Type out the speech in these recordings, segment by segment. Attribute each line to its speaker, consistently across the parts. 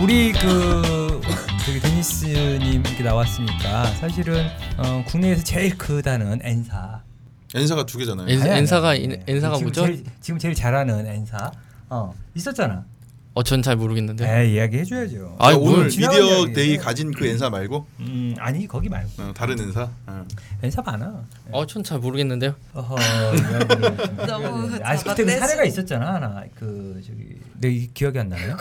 Speaker 1: 우리 그 저기 데니스님 이렇게 나왔으니까 사실은 어, 국내에서 제일 크다는 엔사.
Speaker 2: 엔사가 두 개잖아요.
Speaker 3: 엔-
Speaker 1: 아니, 아니,
Speaker 3: 엔사가
Speaker 1: 아니,
Speaker 3: 인-
Speaker 1: 아니.
Speaker 3: 엔사가
Speaker 1: 지금
Speaker 3: 뭐죠?
Speaker 1: 제일, 지금 제일 잘하는 엔사. 어 있었잖아.
Speaker 3: 어, 전 잘 모르겠는데.
Speaker 1: 에이 이야기 해줘야죠.
Speaker 3: 아,
Speaker 2: 그러니까
Speaker 3: 뭘
Speaker 2: 오늘
Speaker 1: 지나간
Speaker 2: 미디어
Speaker 1: 이야기예요.
Speaker 2: 데이 가진 그 엔사 말고
Speaker 1: 음 아니 거기 말고
Speaker 2: 어, 다른 엔사. 어.
Speaker 1: 엔사 많아.
Speaker 3: 어, 전 잘 모르겠는데요.
Speaker 1: 어허 이야기를 좀
Speaker 4: 너무
Speaker 1: 해줘야 돼. 아 그때 그
Speaker 4: 잡아떼서.
Speaker 1: 사례가 있었잖아 하나 그 저기 내 이- 기억이 안 나요?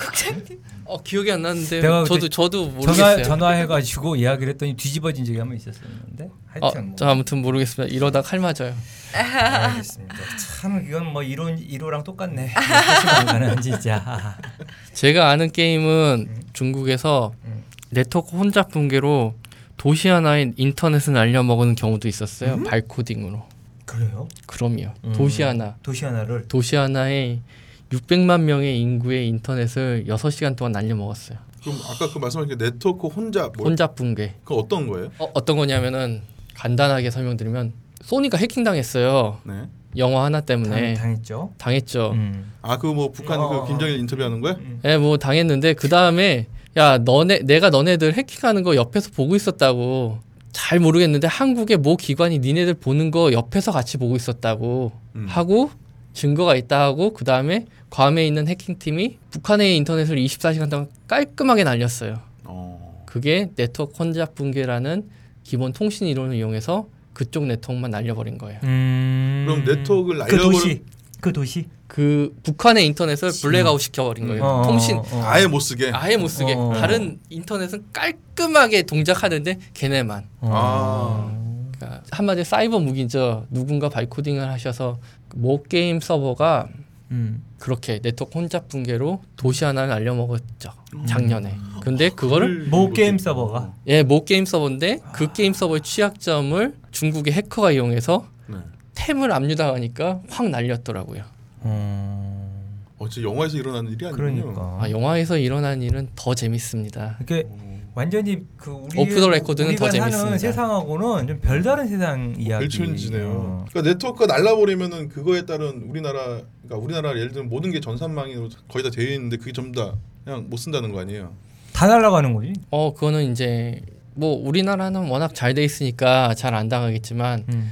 Speaker 3: 어, 기억이 안 나는데
Speaker 1: 내가 그때
Speaker 3: 저도 저도
Speaker 1: 전화
Speaker 3: 모르겠어요.
Speaker 1: 전화해가지고 이야기를 했더니 뒤집어진 적이 한 번 있었었는데 하여튼
Speaker 3: 아,
Speaker 1: 뭐. 음.
Speaker 3: 저 아무튼 모르겠습니다. 이러다 칼 맞아요.
Speaker 1: 알겠습니다. 참 이건 뭐 이론 이로랑 똑같네. 가는 진짜.
Speaker 3: 제가 아는 게임은 중국에서
Speaker 1: 음.
Speaker 3: 네트워크 혼잡 붕괴로 도시 하나의 인터넷을 날려먹은 경우도 있었어요. 발코딩으로.
Speaker 1: 그래요?
Speaker 3: 그럼요.
Speaker 1: 음.
Speaker 3: 도시 하나.
Speaker 1: 도시 하나를
Speaker 3: 도시 하나의 600만 명의 인구의 인터넷을 6시간 동안 날려먹었어요.
Speaker 2: 그럼 아까 그 말씀하신 게 네트워크 혼자 뭐
Speaker 3: 혼잡 붕괴.
Speaker 2: 그 어떤 거예요?
Speaker 3: 어, 어떤 거냐면은 간단하게 설명드리면 소니가 해킹당했어요.
Speaker 2: 네.
Speaker 3: 영화 하나 때문에
Speaker 1: 당, 당했죠.
Speaker 3: 당했죠.
Speaker 1: 음.
Speaker 2: 아그 뭐 북한
Speaker 1: 어.
Speaker 2: 그 김정일 인터뷰하는 거야?
Speaker 3: 예, 뭐 당했는데 그 다음에 야 너네 내가 너네들 해킹하는 거 옆에서 보고 있었다고 잘 모르겠는데 한국의 모 기관이 니네들 보는 거 옆에서 같이 보고 있었다고
Speaker 2: 음.
Speaker 3: 하고 증거가 있다 하고 그 다음에 괌에 있는 해킹팀이 북한의 인터넷을 24시간 동안 깔끔하게 날렸어요.
Speaker 2: 어.
Speaker 3: 그게 네트워크 혼잡 붕괴라는 기본 통신 이론을 이용해서 그쪽 네트워크만 날려버린 거예요.
Speaker 2: 음. 그럼 네트워크를
Speaker 1: 그
Speaker 2: 날려버린
Speaker 1: 도시 그 도시
Speaker 3: 그 북한의 인터넷을 블랙아웃 시켜버린 거예요.
Speaker 1: 어,
Speaker 3: 음, 네. 통신
Speaker 1: 어, 어.
Speaker 2: 아예 못 쓰게.
Speaker 3: 아예 못 쓰게
Speaker 1: 어.
Speaker 3: 다른 인터넷은 깔끔하게 동작하는데 걔네만
Speaker 1: 어.
Speaker 2: 아.
Speaker 3: 그러니까 한마디로 사이버 무기죠 누군가 발코딩을 하셔서 그 모 게임 서버가
Speaker 1: 음.
Speaker 3: 그렇게 네트워크 혼잡 붕괴로 도시 하나를 날려먹었죠 작년에 근데 그거를
Speaker 1: 모뭐 게임 서버가
Speaker 3: 예모 게임 서버인데 그 게임 서버의 취약점을 중국의 해커가 이용해서
Speaker 2: 네.
Speaker 3: 템을 압류당하니까 확 날렸더라고요
Speaker 1: 음.
Speaker 2: 어, 진짜 영화에서 일어나는 일이 아니군요.
Speaker 1: 그러니까
Speaker 3: 아, 영화에서 일어난 일은 더 재밌습니다
Speaker 1: 이게 완전히 그 우리
Speaker 3: 오프 더 레코드는 더
Speaker 1: 우리가 사는
Speaker 3: 재밌습니다.
Speaker 1: 세상하고는 좀 별다른
Speaker 2: 어,
Speaker 1: 세상 이야기.
Speaker 2: 별천지네요.
Speaker 1: 어.
Speaker 2: 그러니까 네트워크가 날라버리면은 그거에 따른 우리나라, 그러니까 우리나라 예를 들면 모든 게 전산망으로 거의 다 되어 있는데 그게 전부 다 그냥 못 쓴다는 거 아니에요?
Speaker 1: 다 날아가는 거지.
Speaker 3: 어 그거는 이제 뭐 우리나라는 워낙 잘 돼 있으니까 잘 안 당하겠지만
Speaker 1: 음.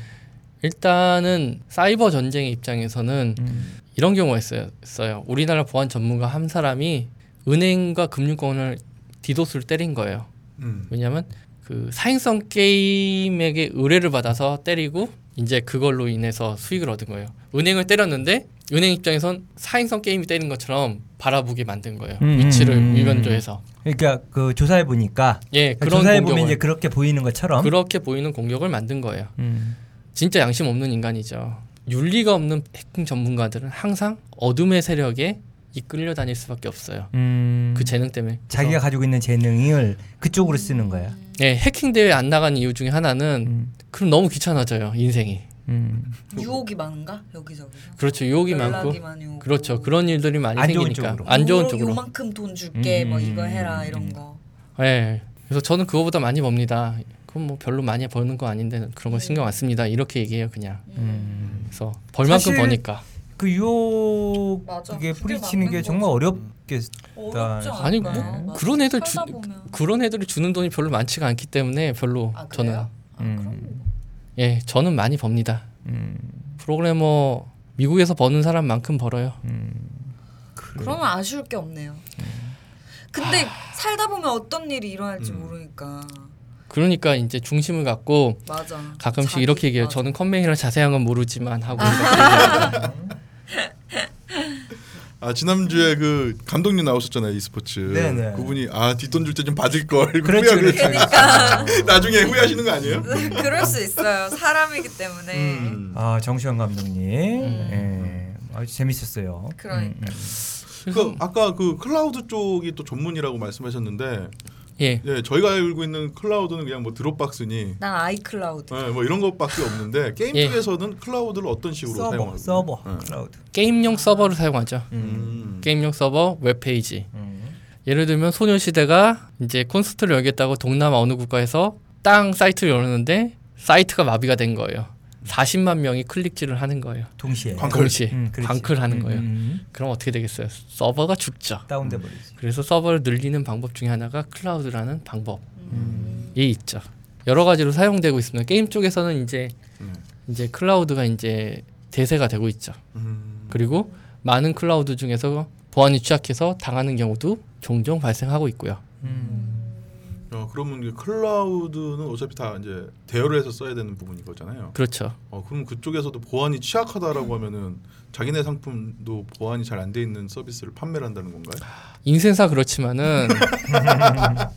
Speaker 3: 일단은 사이버 전쟁의 입장에서는
Speaker 1: 음.
Speaker 3: 이런 경우가 있어요. 있어요. 우리나라 보안 전문가 한 사람이 은행과 금융권을 디도스를 때린 거예요.
Speaker 2: 음.
Speaker 3: 왜냐하면 그 사행성 게임에게 의뢰를 받아서 때리고 이제 그걸로 인해서 수익을 얻은 거예요. 은행을 때렸는데 은행 입장에선 사행성 게임이 때린 것처럼 바라보게 만든 거예요.
Speaker 1: 음, 음,
Speaker 3: 위치를
Speaker 1: 음.
Speaker 3: 위변조해서
Speaker 1: 그러니까 그 조사해 보니까
Speaker 3: 예 그런
Speaker 1: 그러니까 조사해 보면 이제
Speaker 3: 공격을
Speaker 1: 그렇게 보이는 것처럼.
Speaker 3: 그렇게 보이는 공격을 만든 거예요.
Speaker 1: 음.
Speaker 3: 진짜 양심 없는 인간이죠. 윤리가 없는 해킹 전문가들은 항상 어둠의 세력에 이끌려 다닐 수밖에 없어요.
Speaker 1: 음.
Speaker 3: 그 재능 때문에.
Speaker 1: 자기가 가지고 있는 재능을 그쪽으로 쓰는 거야.
Speaker 3: 그래서, 네, 해킹 대회 안 나가는 이유 중에 하나는
Speaker 1: 음.
Speaker 3: 그럼 너무 귀찮아져요 인생이.
Speaker 1: 음.
Speaker 4: 유혹이 많은가 여기저기서
Speaker 3: 그렇죠 유혹이 많고
Speaker 4: 연락이 많이 오고
Speaker 3: 그렇죠 그런 일들이 많이
Speaker 1: 안 좋은
Speaker 3: 생기니까
Speaker 1: 쪽으로.
Speaker 3: 안 좋은
Speaker 4: 요러-
Speaker 3: 쪽으로.
Speaker 4: 요만큼 돈 줄게
Speaker 1: 음.
Speaker 4: 뭐 이거 해라 이런 거
Speaker 3: 네, 그래서 저는 그거보다 많이 봅니다. 그건 뭐 별로 많이 버는 거 아닌데 그런
Speaker 4: 네.
Speaker 3: 거 신경 안 씁니다. 이렇게 얘기해요 그냥.
Speaker 1: 음.
Speaker 3: 그래서 벌만큼
Speaker 1: 사실-
Speaker 3: 버니까.
Speaker 1: 그 유혹
Speaker 4: 맞아.
Speaker 1: 그게
Speaker 4: 그게
Speaker 1: 뿌리치는 게
Speaker 4: 맞는
Speaker 1: 정말 어렵겠.
Speaker 4: 어렵지 않을까요?
Speaker 3: 아니,
Speaker 1: 뭐
Speaker 4: 맞아.
Speaker 3: 그런 애들 주-
Speaker 4: 살다 보면.
Speaker 3: 그런 애들이 주는 돈이 별로 많지가 않기 때문에 별로
Speaker 4: 아,
Speaker 3: 저는
Speaker 4: 그래요? 아,
Speaker 1: 음.
Speaker 4: 그럼
Speaker 3: 예 저는 많이 법니다.
Speaker 1: 음.
Speaker 3: 프로그래머 미국에서 버는 사람만큼 벌어요.
Speaker 1: 그래.
Speaker 4: 그러면 아쉬울 게 없네요. 근데
Speaker 3: 아.
Speaker 4: 살다 보면 어떤 일이 일어날지
Speaker 3: 음.
Speaker 4: 모르니까
Speaker 3: 그러니까 이제 중심을 갖고
Speaker 4: 맞아.
Speaker 3: 가끔씩
Speaker 4: 자기-
Speaker 3: 이렇게 얘기해요.
Speaker 4: 맞아.
Speaker 3: 저는 컴맹이라 자세한 건 모르지만 하고
Speaker 2: 아 지난주에 그 감독님 나오셨잖아요 e스포츠.
Speaker 1: 네네. 그렇죠,
Speaker 2: 그분이 아 뒷돈 줄 때 좀 받을 걸.
Speaker 1: 그렇지,
Speaker 2: 후회하게
Speaker 1: 그렇지.
Speaker 4: 그러니까
Speaker 1: 네.
Speaker 2: 나중에 후회하시는 거 아니에요?
Speaker 4: 그럴 수 있어요. 사람이기 때문에
Speaker 2: 음.
Speaker 1: 아 정시환 감독님. 예. 아주 재밌었어요.
Speaker 4: 음.
Speaker 1: 음,
Speaker 4: 그러니까.
Speaker 2: 그 아까 그 클라우드 쪽이 또 전문이라고 말씀하셨는데
Speaker 3: 예
Speaker 2: 예 저희가 알고 있는 클라우드는 그냥 뭐 드롭박스니
Speaker 4: 난 아이클라우드.
Speaker 2: 예, 뭐 이런 것밖에 없는데 게임
Speaker 3: 예.
Speaker 2: 쪽에서는 클라우드를 어떤 식으로
Speaker 1: 서버,
Speaker 2: 사용하고
Speaker 1: 서버,
Speaker 2: 예.
Speaker 1: 클라우드.
Speaker 3: 게임용 서버를 사용하죠.
Speaker 2: 음.
Speaker 3: 게임용 서버 웹페이지.
Speaker 1: 음.
Speaker 3: 예를 들면 소녀시대가 이제 콘서트를 열겠다고 동남아 어느 국가에서 땅 사이트를 열었는데 사이트가 마비가 된 거예요. 40만 명이 클릭질을 하는 거예요.
Speaker 1: 동시에
Speaker 2: 광클.
Speaker 3: 동시에
Speaker 1: 음, 그렇지.
Speaker 3: 광클하는
Speaker 1: 음,
Speaker 3: 거예요.
Speaker 1: 음,
Speaker 3: 그럼 어떻게 되겠어요? 서버가 죽죠.
Speaker 1: 음. 다운돼 버리지.
Speaker 3: 그래서 서버를 늘리는 방법 중에 하나가 클라우드라는 방법이
Speaker 4: 음.
Speaker 3: 있죠. 여러 가지로 사용되고 있습니다. 게임 쪽에서는 이제
Speaker 2: 네.
Speaker 3: 이제 클라우드가 이제 대세가 되고 있죠.
Speaker 2: 음.
Speaker 3: 그리고 많은 클라우드 중에서 보안이 취약해서 당하는 경우도 종종 발생하고 있고요.
Speaker 1: 음.
Speaker 2: 어, 그러면 이게 클라우드는 어차피 다 이제 대여를 해서 써야 되는 부분인 거잖아요.
Speaker 3: 그렇죠.
Speaker 2: 어, 그럼 그쪽에서도 보안이 취약하다라고 하면은 자기네 상품도 보안이 잘 안 돼 있는 서비스를 판매를 한다는 건가요?
Speaker 3: 인생사 그렇지만은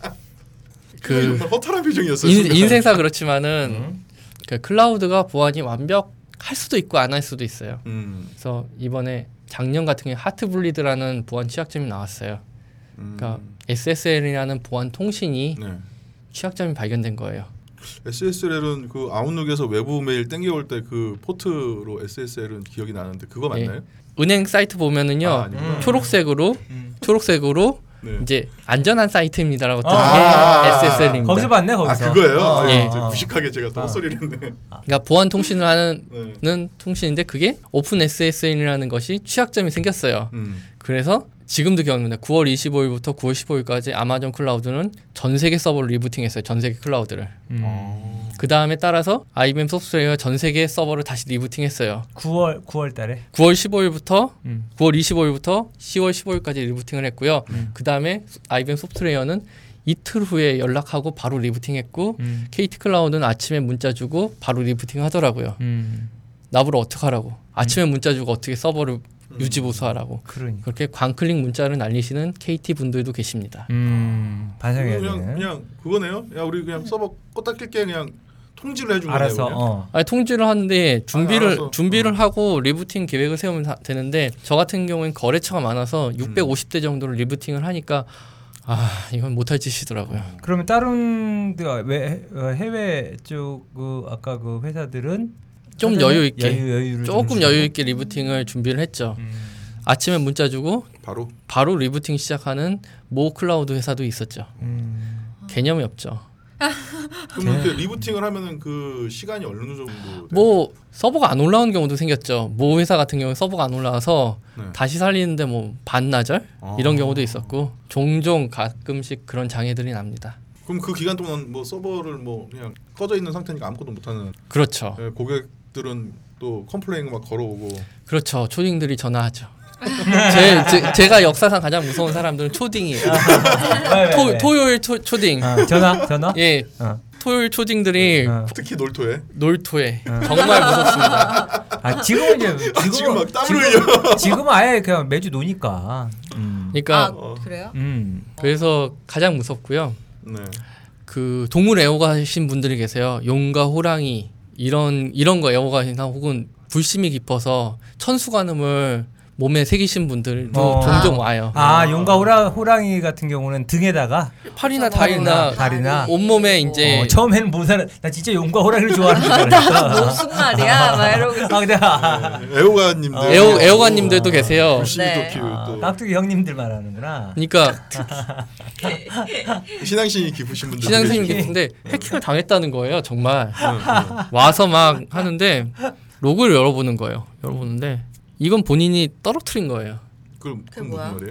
Speaker 2: 그
Speaker 3: 그
Speaker 2: 정말 허탈한 표정이었어요. 순간.
Speaker 3: 인, 생사 그렇지만은 그 클라우드가 보안이 완벽할 수도 있고 안 할 수도 있어요.
Speaker 2: 음,
Speaker 3: 그래서 이번에 작년 같은 경우에 하트블리드라는 보안 취약점이 나왔어요.
Speaker 2: 음.
Speaker 3: 그러니까 SSL이라는 보안 통신이
Speaker 2: 네.
Speaker 3: 취약점이 발견된 거예요.
Speaker 2: SSL은 그 아웃룩에서 외부 메일 땡겨올 때 그 포트로 SSL은 기억이 나는데 그거
Speaker 3: 네.
Speaker 2: 맞나요?
Speaker 3: 은행 사이트 보면은요
Speaker 2: 아, 아니구나.
Speaker 1: 음.
Speaker 3: 초록색으로
Speaker 1: 음.
Speaker 3: 초록색으로
Speaker 2: 네.
Speaker 3: 이제 안전한 사이트입니다라고 뜨는
Speaker 1: 아,
Speaker 3: 게
Speaker 2: 아,
Speaker 3: SSL입니다.
Speaker 1: 거기서 봤네
Speaker 2: 아
Speaker 1: 거기서.
Speaker 2: 그거예요?
Speaker 1: 어,
Speaker 2: 아,
Speaker 3: 예.
Speaker 2: 이제 무식하게 제가 또
Speaker 1: 아.
Speaker 2: 헛소리를 했네.
Speaker 3: 그러니까 보안 통신을 하는
Speaker 2: 네.
Speaker 3: 는 통신인데 그게 오픈 SSN이라는 것이 취약점이 생겼어요.
Speaker 2: 음.
Speaker 3: 그래서 지금도 기억납니다. 9월 25일부터 9월 15일까지 아마존 클라우드는 전 세계 서버를 리부팅했어요. 전 세계 클라우드를.
Speaker 1: 음.
Speaker 2: 어.
Speaker 3: 그 다음에 따라서 IBM 소프트웨어가 전 세계 서버를 다시 리부팅했어요.
Speaker 1: 9월 9월달에.
Speaker 3: 9월 15일부터
Speaker 1: 음.
Speaker 3: 9월 25일부터 10월 15일까지 리부팅을 했고요.
Speaker 1: 음.
Speaker 3: 그 다음에 IBM 소프트웨어는 이틀 후에 연락하고 바로 리부팅했고
Speaker 1: 음.
Speaker 3: KT 클라우드는 아침에 문자 주고 바로 리부팅 하더라고요.
Speaker 1: 음.
Speaker 3: 나보러 어떡하라고. 아침에 문자 주고 어떻게 서버를
Speaker 2: 음.
Speaker 3: 유지보수하라고.
Speaker 1: 그러니까.
Speaker 3: 그렇게 광클릭 문자를 날리시는 KT 분들도 계십니다.
Speaker 1: 음. 반성해야
Speaker 2: 그냥
Speaker 1: 되는.
Speaker 2: 그냥 그거네요. 야 우리 그냥 서버 껐다 낄게 그냥 통지를 해준 거네요.
Speaker 1: 알아서.
Speaker 2: 그냥.
Speaker 1: 어.
Speaker 3: 아니, 통지를 하는데 준비를
Speaker 2: 알아서. 음.
Speaker 3: 준비를 하고 리부팅 계획을 세우면 다- 되는데 저 같은 경우엔 거래처가 많아서
Speaker 2: 음.
Speaker 3: 650대 정도를 리부팅을 하니까 아 이건 못할 짓이더라고요.
Speaker 2: 음.
Speaker 1: 그러면 다른 데, 외, 어, 해외 쪽그 아까 그 회사들은
Speaker 3: 좀
Speaker 1: 사전에
Speaker 3: 여유 있게.
Speaker 1: 여유,
Speaker 2: 음.
Speaker 1: 여유를 좀
Speaker 3: 조금
Speaker 1: 주고.
Speaker 3: 여유 있게 리부팅을 준비를 했죠.
Speaker 1: 음.
Speaker 3: 아침에 문자 주고
Speaker 2: 바로
Speaker 3: 바로 리부팅 시작하는 모 클라우드 회사도 있었죠.
Speaker 1: 음.
Speaker 3: 개념이 없죠.
Speaker 2: 그러면 그 리부팅을 하면은 그 시간이 어느 정도 돼요?
Speaker 3: 네. 뭐 서버가 안 올라오는 경우도 생겼죠. 모 회사 같은 경우에 서버가 안 올라와서
Speaker 2: 네.
Speaker 3: 다시 살리는데 뭐 반나절
Speaker 2: 아.
Speaker 3: 이런 경우도 있었고 종종 가끔씩 그런 장애들이 납니다.
Speaker 2: 그럼 그 기간 동안 뭐 서버를 뭐 그냥 꺼져 있는 상태니까 아무것도 못하는
Speaker 3: 그렇죠.
Speaker 2: 예, 고객들은 또 컴플레인 막 걸어오고
Speaker 3: 그렇죠. 초딩들이 전화하죠. 제, 제, 가 역사상 가장 무서운 사람들은 초딩이에요.
Speaker 1: 왜, 왜, 왜?
Speaker 3: 아, 토, 토요일 초, 초딩.
Speaker 1: 어, 전화 전화.
Speaker 3: 예,
Speaker 1: 어.
Speaker 3: 토요일 초딩들이
Speaker 1: 어.
Speaker 2: 특히 놀토에
Speaker 3: 놀토해.
Speaker 1: 어.
Speaker 3: 정말 무섭습니다.
Speaker 1: 아 지금 이제
Speaker 2: 아,
Speaker 1: 지금
Speaker 2: 지금 막 땀을 흘려.
Speaker 1: 지금, 지금 아예 그냥 매주 노니까. 음.
Speaker 3: 그러니까
Speaker 2: 어.
Speaker 4: 아 그래요?
Speaker 1: 음.
Speaker 3: 그래서 가장 무섭고요.
Speaker 2: 네.
Speaker 3: 그 동물 애호가신 분들이 계세요. 용과 호랑이 이런 이런 거 애호가시나 혹은 불심이 깊어서 천수관음을 몸에 새기신 분들도
Speaker 1: 어.
Speaker 3: 종종 와요.
Speaker 1: 아 용과 호랑 호랑이 같은 경우는 등에다가
Speaker 3: 팔이나 다리나
Speaker 1: 다리나.
Speaker 3: 온몸에 이제
Speaker 1: 어, 처음에는 못 살아. 나 진짜 용과 호랑이를 좋아하는 줄
Speaker 4: 너
Speaker 1: 알았어.
Speaker 4: 무슨 뭐. 말이야? 막 이러고
Speaker 1: 아 근데 아,
Speaker 2: 어, 애호가님들
Speaker 3: 애호 애호가님들도 계세요.
Speaker 2: 열심히
Speaker 4: 네.
Speaker 2: 또
Speaker 1: 아,
Speaker 2: 키우고
Speaker 1: 깍두기 형님들 말하는구나.
Speaker 3: 그러니까
Speaker 2: 또 신앙심이 깊으신 분들 네,
Speaker 3: 신앙생님 계신데 해킹을 당했다는 거예요. 정말 와서 막 하는데 로그를 열어보는 거예요. 열어보는데 이건 본인이 떨어뜨린 거예요.
Speaker 2: 그럼
Speaker 4: 그게
Speaker 2: 그건 무슨
Speaker 4: 뭐야?
Speaker 2: 말이에요?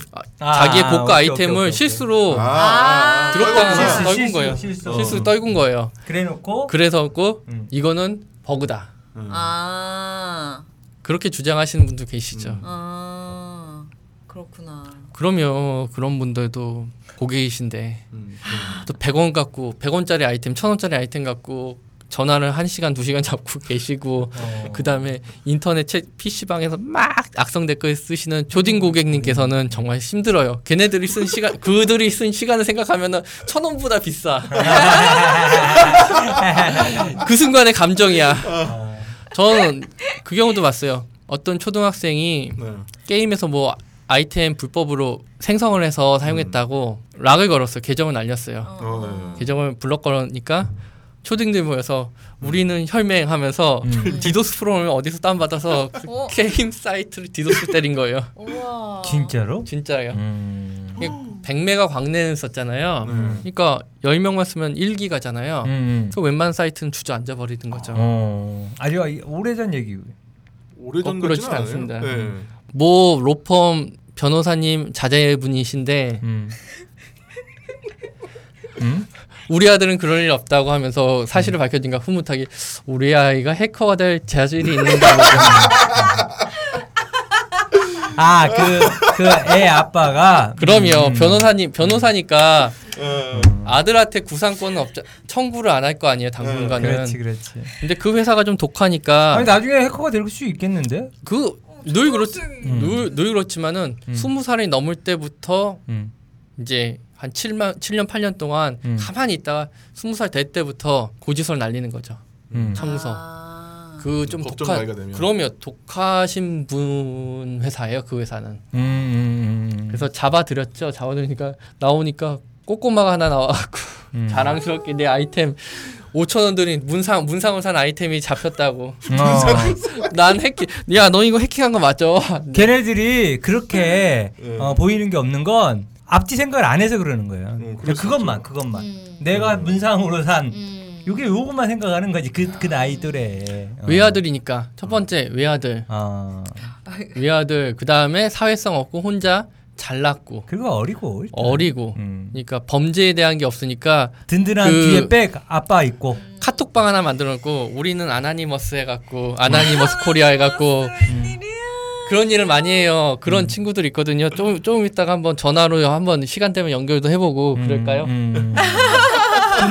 Speaker 1: 아,
Speaker 3: 자기의
Speaker 1: 아,
Speaker 3: 고가
Speaker 1: 오케이,
Speaker 3: 아이템을
Speaker 1: 오케이, 오케이.
Speaker 3: 실수로
Speaker 4: 아.
Speaker 3: 드롭다운
Speaker 2: 떨군
Speaker 1: 실수,
Speaker 3: 떨군
Speaker 1: 실수,
Speaker 3: 거예요.
Speaker 1: 실수.
Speaker 3: 실수 떨군 거예요.
Speaker 1: 그래놓고
Speaker 3: 그래서고
Speaker 1: 음.
Speaker 3: 이거는 버그다.
Speaker 2: 음.
Speaker 4: 아,
Speaker 3: 그렇게 주장하시는 분도 계시죠.
Speaker 2: 음.
Speaker 4: 아 그렇구나.
Speaker 3: 그러면 그런 분들도 고객이신데
Speaker 2: 음.
Speaker 3: 또 100원 갖고 100원짜리 아이템, 1000원짜리 아이템 갖고 전화를 1시간, 2시간 잡고 계시고
Speaker 1: 어.
Speaker 3: 그다음에 인터넷 채 PC방에서 막 악성 댓글 쓰시는 조딩 고객님께서는 정말 힘들어요. 걔네들이 쓴 시간 그들이 쓴 시간을 생각하면은 천 원보다 비싸. 그 순간의 감정이야. 저는 그 경우도 봤어요. 어떤 초등학생이
Speaker 2: 네.
Speaker 3: 게임에서 뭐 아이템 불법으로 생성을 해서 사용했다고 락을 걸었어요. 계정을 날렸어요.
Speaker 2: 어, 네.
Speaker 3: 계정을 블럭 걸으니까 초딩들 모여서 우리는 혈맹하면서
Speaker 1: 음.
Speaker 3: 디도스 프롬을 어디서 다운받아서 그
Speaker 4: 어.
Speaker 3: 게임 사이트를 디도스 때린 거예요.
Speaker 4: 우와.
Speaker 1: 진짜로?
Speaker 3: 진짜예요.
Speaker 1: 음.
Speaker 3: 이게 100메가 광내는 썼잖아요.
Speaker 2: 네.
Speaker 3: 그러니까 10명만 쓰면 1기가잖아요.
Speaker 1: 음.
Speaker 3: 그 웬만한 사이트는 주저앉아 버리는 거죠.
Speaker 1: 어. 아주 오래전 얘기.
Speaker 2: 오래전 같지는
Speaker 3: 거꾸로 치지
Speaker 2: 않아요.
Speaker 3: 않습니다. 음.
Speaker 2: 네.
Speaker 3: 모 로펌 변호사님 자제분이신데
Speaker 1: 음. 음?
Speaker 3: 우리 아들은 그럴 일 없다고 하면서 사실을 밝혀진가 흐뭇하게 우리 아이가 해커가 될 자질이 뭐 있는가
Speaker 1: 아, 그, 그 애 아빠가.
Speaker 3: 그럼요
Speaker 1: 음.
Speaker 3: 변호사님 변호사니까
Speaker 2: 어,
Speaker 3: 아들한테 구상권은 없자 청구를 안 할 거 아니에요 당분간은
Speaker 1: 네, 그렇지, 그렇지.
Speaker 3: 근데 그 회사가 좀
Speaker 1: 아니,
Speaker 3: 독하니까
Speaker 1: 나중에 해커가 될 수 있겠는데?
Speaker 3: 그 늘 그렇
Speaker 4: 지
Speaker 1: 음.
Speaker 3: 늘, 늘 그렇지만은
Speaker 1: 음.
Speaker 3: 스무 살이 넘을 때부터
Speaker 1: 음.
Speaker 3: 이제 한 7만 7년 8년 동안
Speaker 1: 음.
Speaker 3: 가만히 있다가 스무 살 될 때부터 고지서를 날리는 거죠
Speaker 1: 음.
Speaker 3: 청구서
Speaker 4: 아.
Speaker 3: 그 좀
Speaker 2: 법정
Speaker 3: 독한
Speaker 2: 나이가 되면.
Speaker 3: 그럼요 독하신 분 회사예요 그 회사는
Speaker 1: 음, 음, 음.
Speaker 3: 그래서 잡아 드렸죠 잡아 드리니까 나오니까 꼬꼬마가 하나 나와갖고
Speaker 1: 음.
Speaker 3: 자랑스럽게 내 아이템 5천 원 들인 문상 문상을 산 아이템이 잡혔다고
Speaker 1: 어.
Speaker 3: 난 해킹 야너 이거 해킹한 거 맞죠
Speaker 1: 걔네들이 그렇게
Speaker 2: 예.
Speaker 1: 어, 보이는 게 없는 건 앞뒤 생각을 안 해서 그러는 거예요.
Speaker 2: 음, 그럴 수
Speaker 1: 그것만, 그것만.
Speaker 4: 음.
Speaker 1: 내가 문상으로 산
Speaker 5: 음.
Speaker 1: 요게 요것만 생각하는 거지 그 그 나이 또래. 어.
Speaker 3: 외아들이니까 첫 번째 외아들
Speaker 1: 아
Speaker 3: 외아들 그 다음에 사회성 없고 혼자 잘났고
Speaker 1: 그리고 어리고 일단.
Speaker 3: 어리고
Speaker 1: 음.
Speaker 3: 그러니까 범죄에 대한 게 없으니까
Speaker 1: 든든한
Speaker 3: 그-
Speaker 1: 뒤에 백 아빠 있고.
Speaker 4: 음.
Speaker 3: 카톡방 하나 만들어놓고 우리는 아나니머스 해갖고 아나니머스 코리아 해갖고 그런 일을 많이 해요.
Speaker 1: 음.
Speaker 3: 그런 친구들 있거든요. 조금 조금 있다가 한번 전화로 한번 시간 되면 연결도 해보고 어, 그럴까요?
Speaker 1: 음, 음.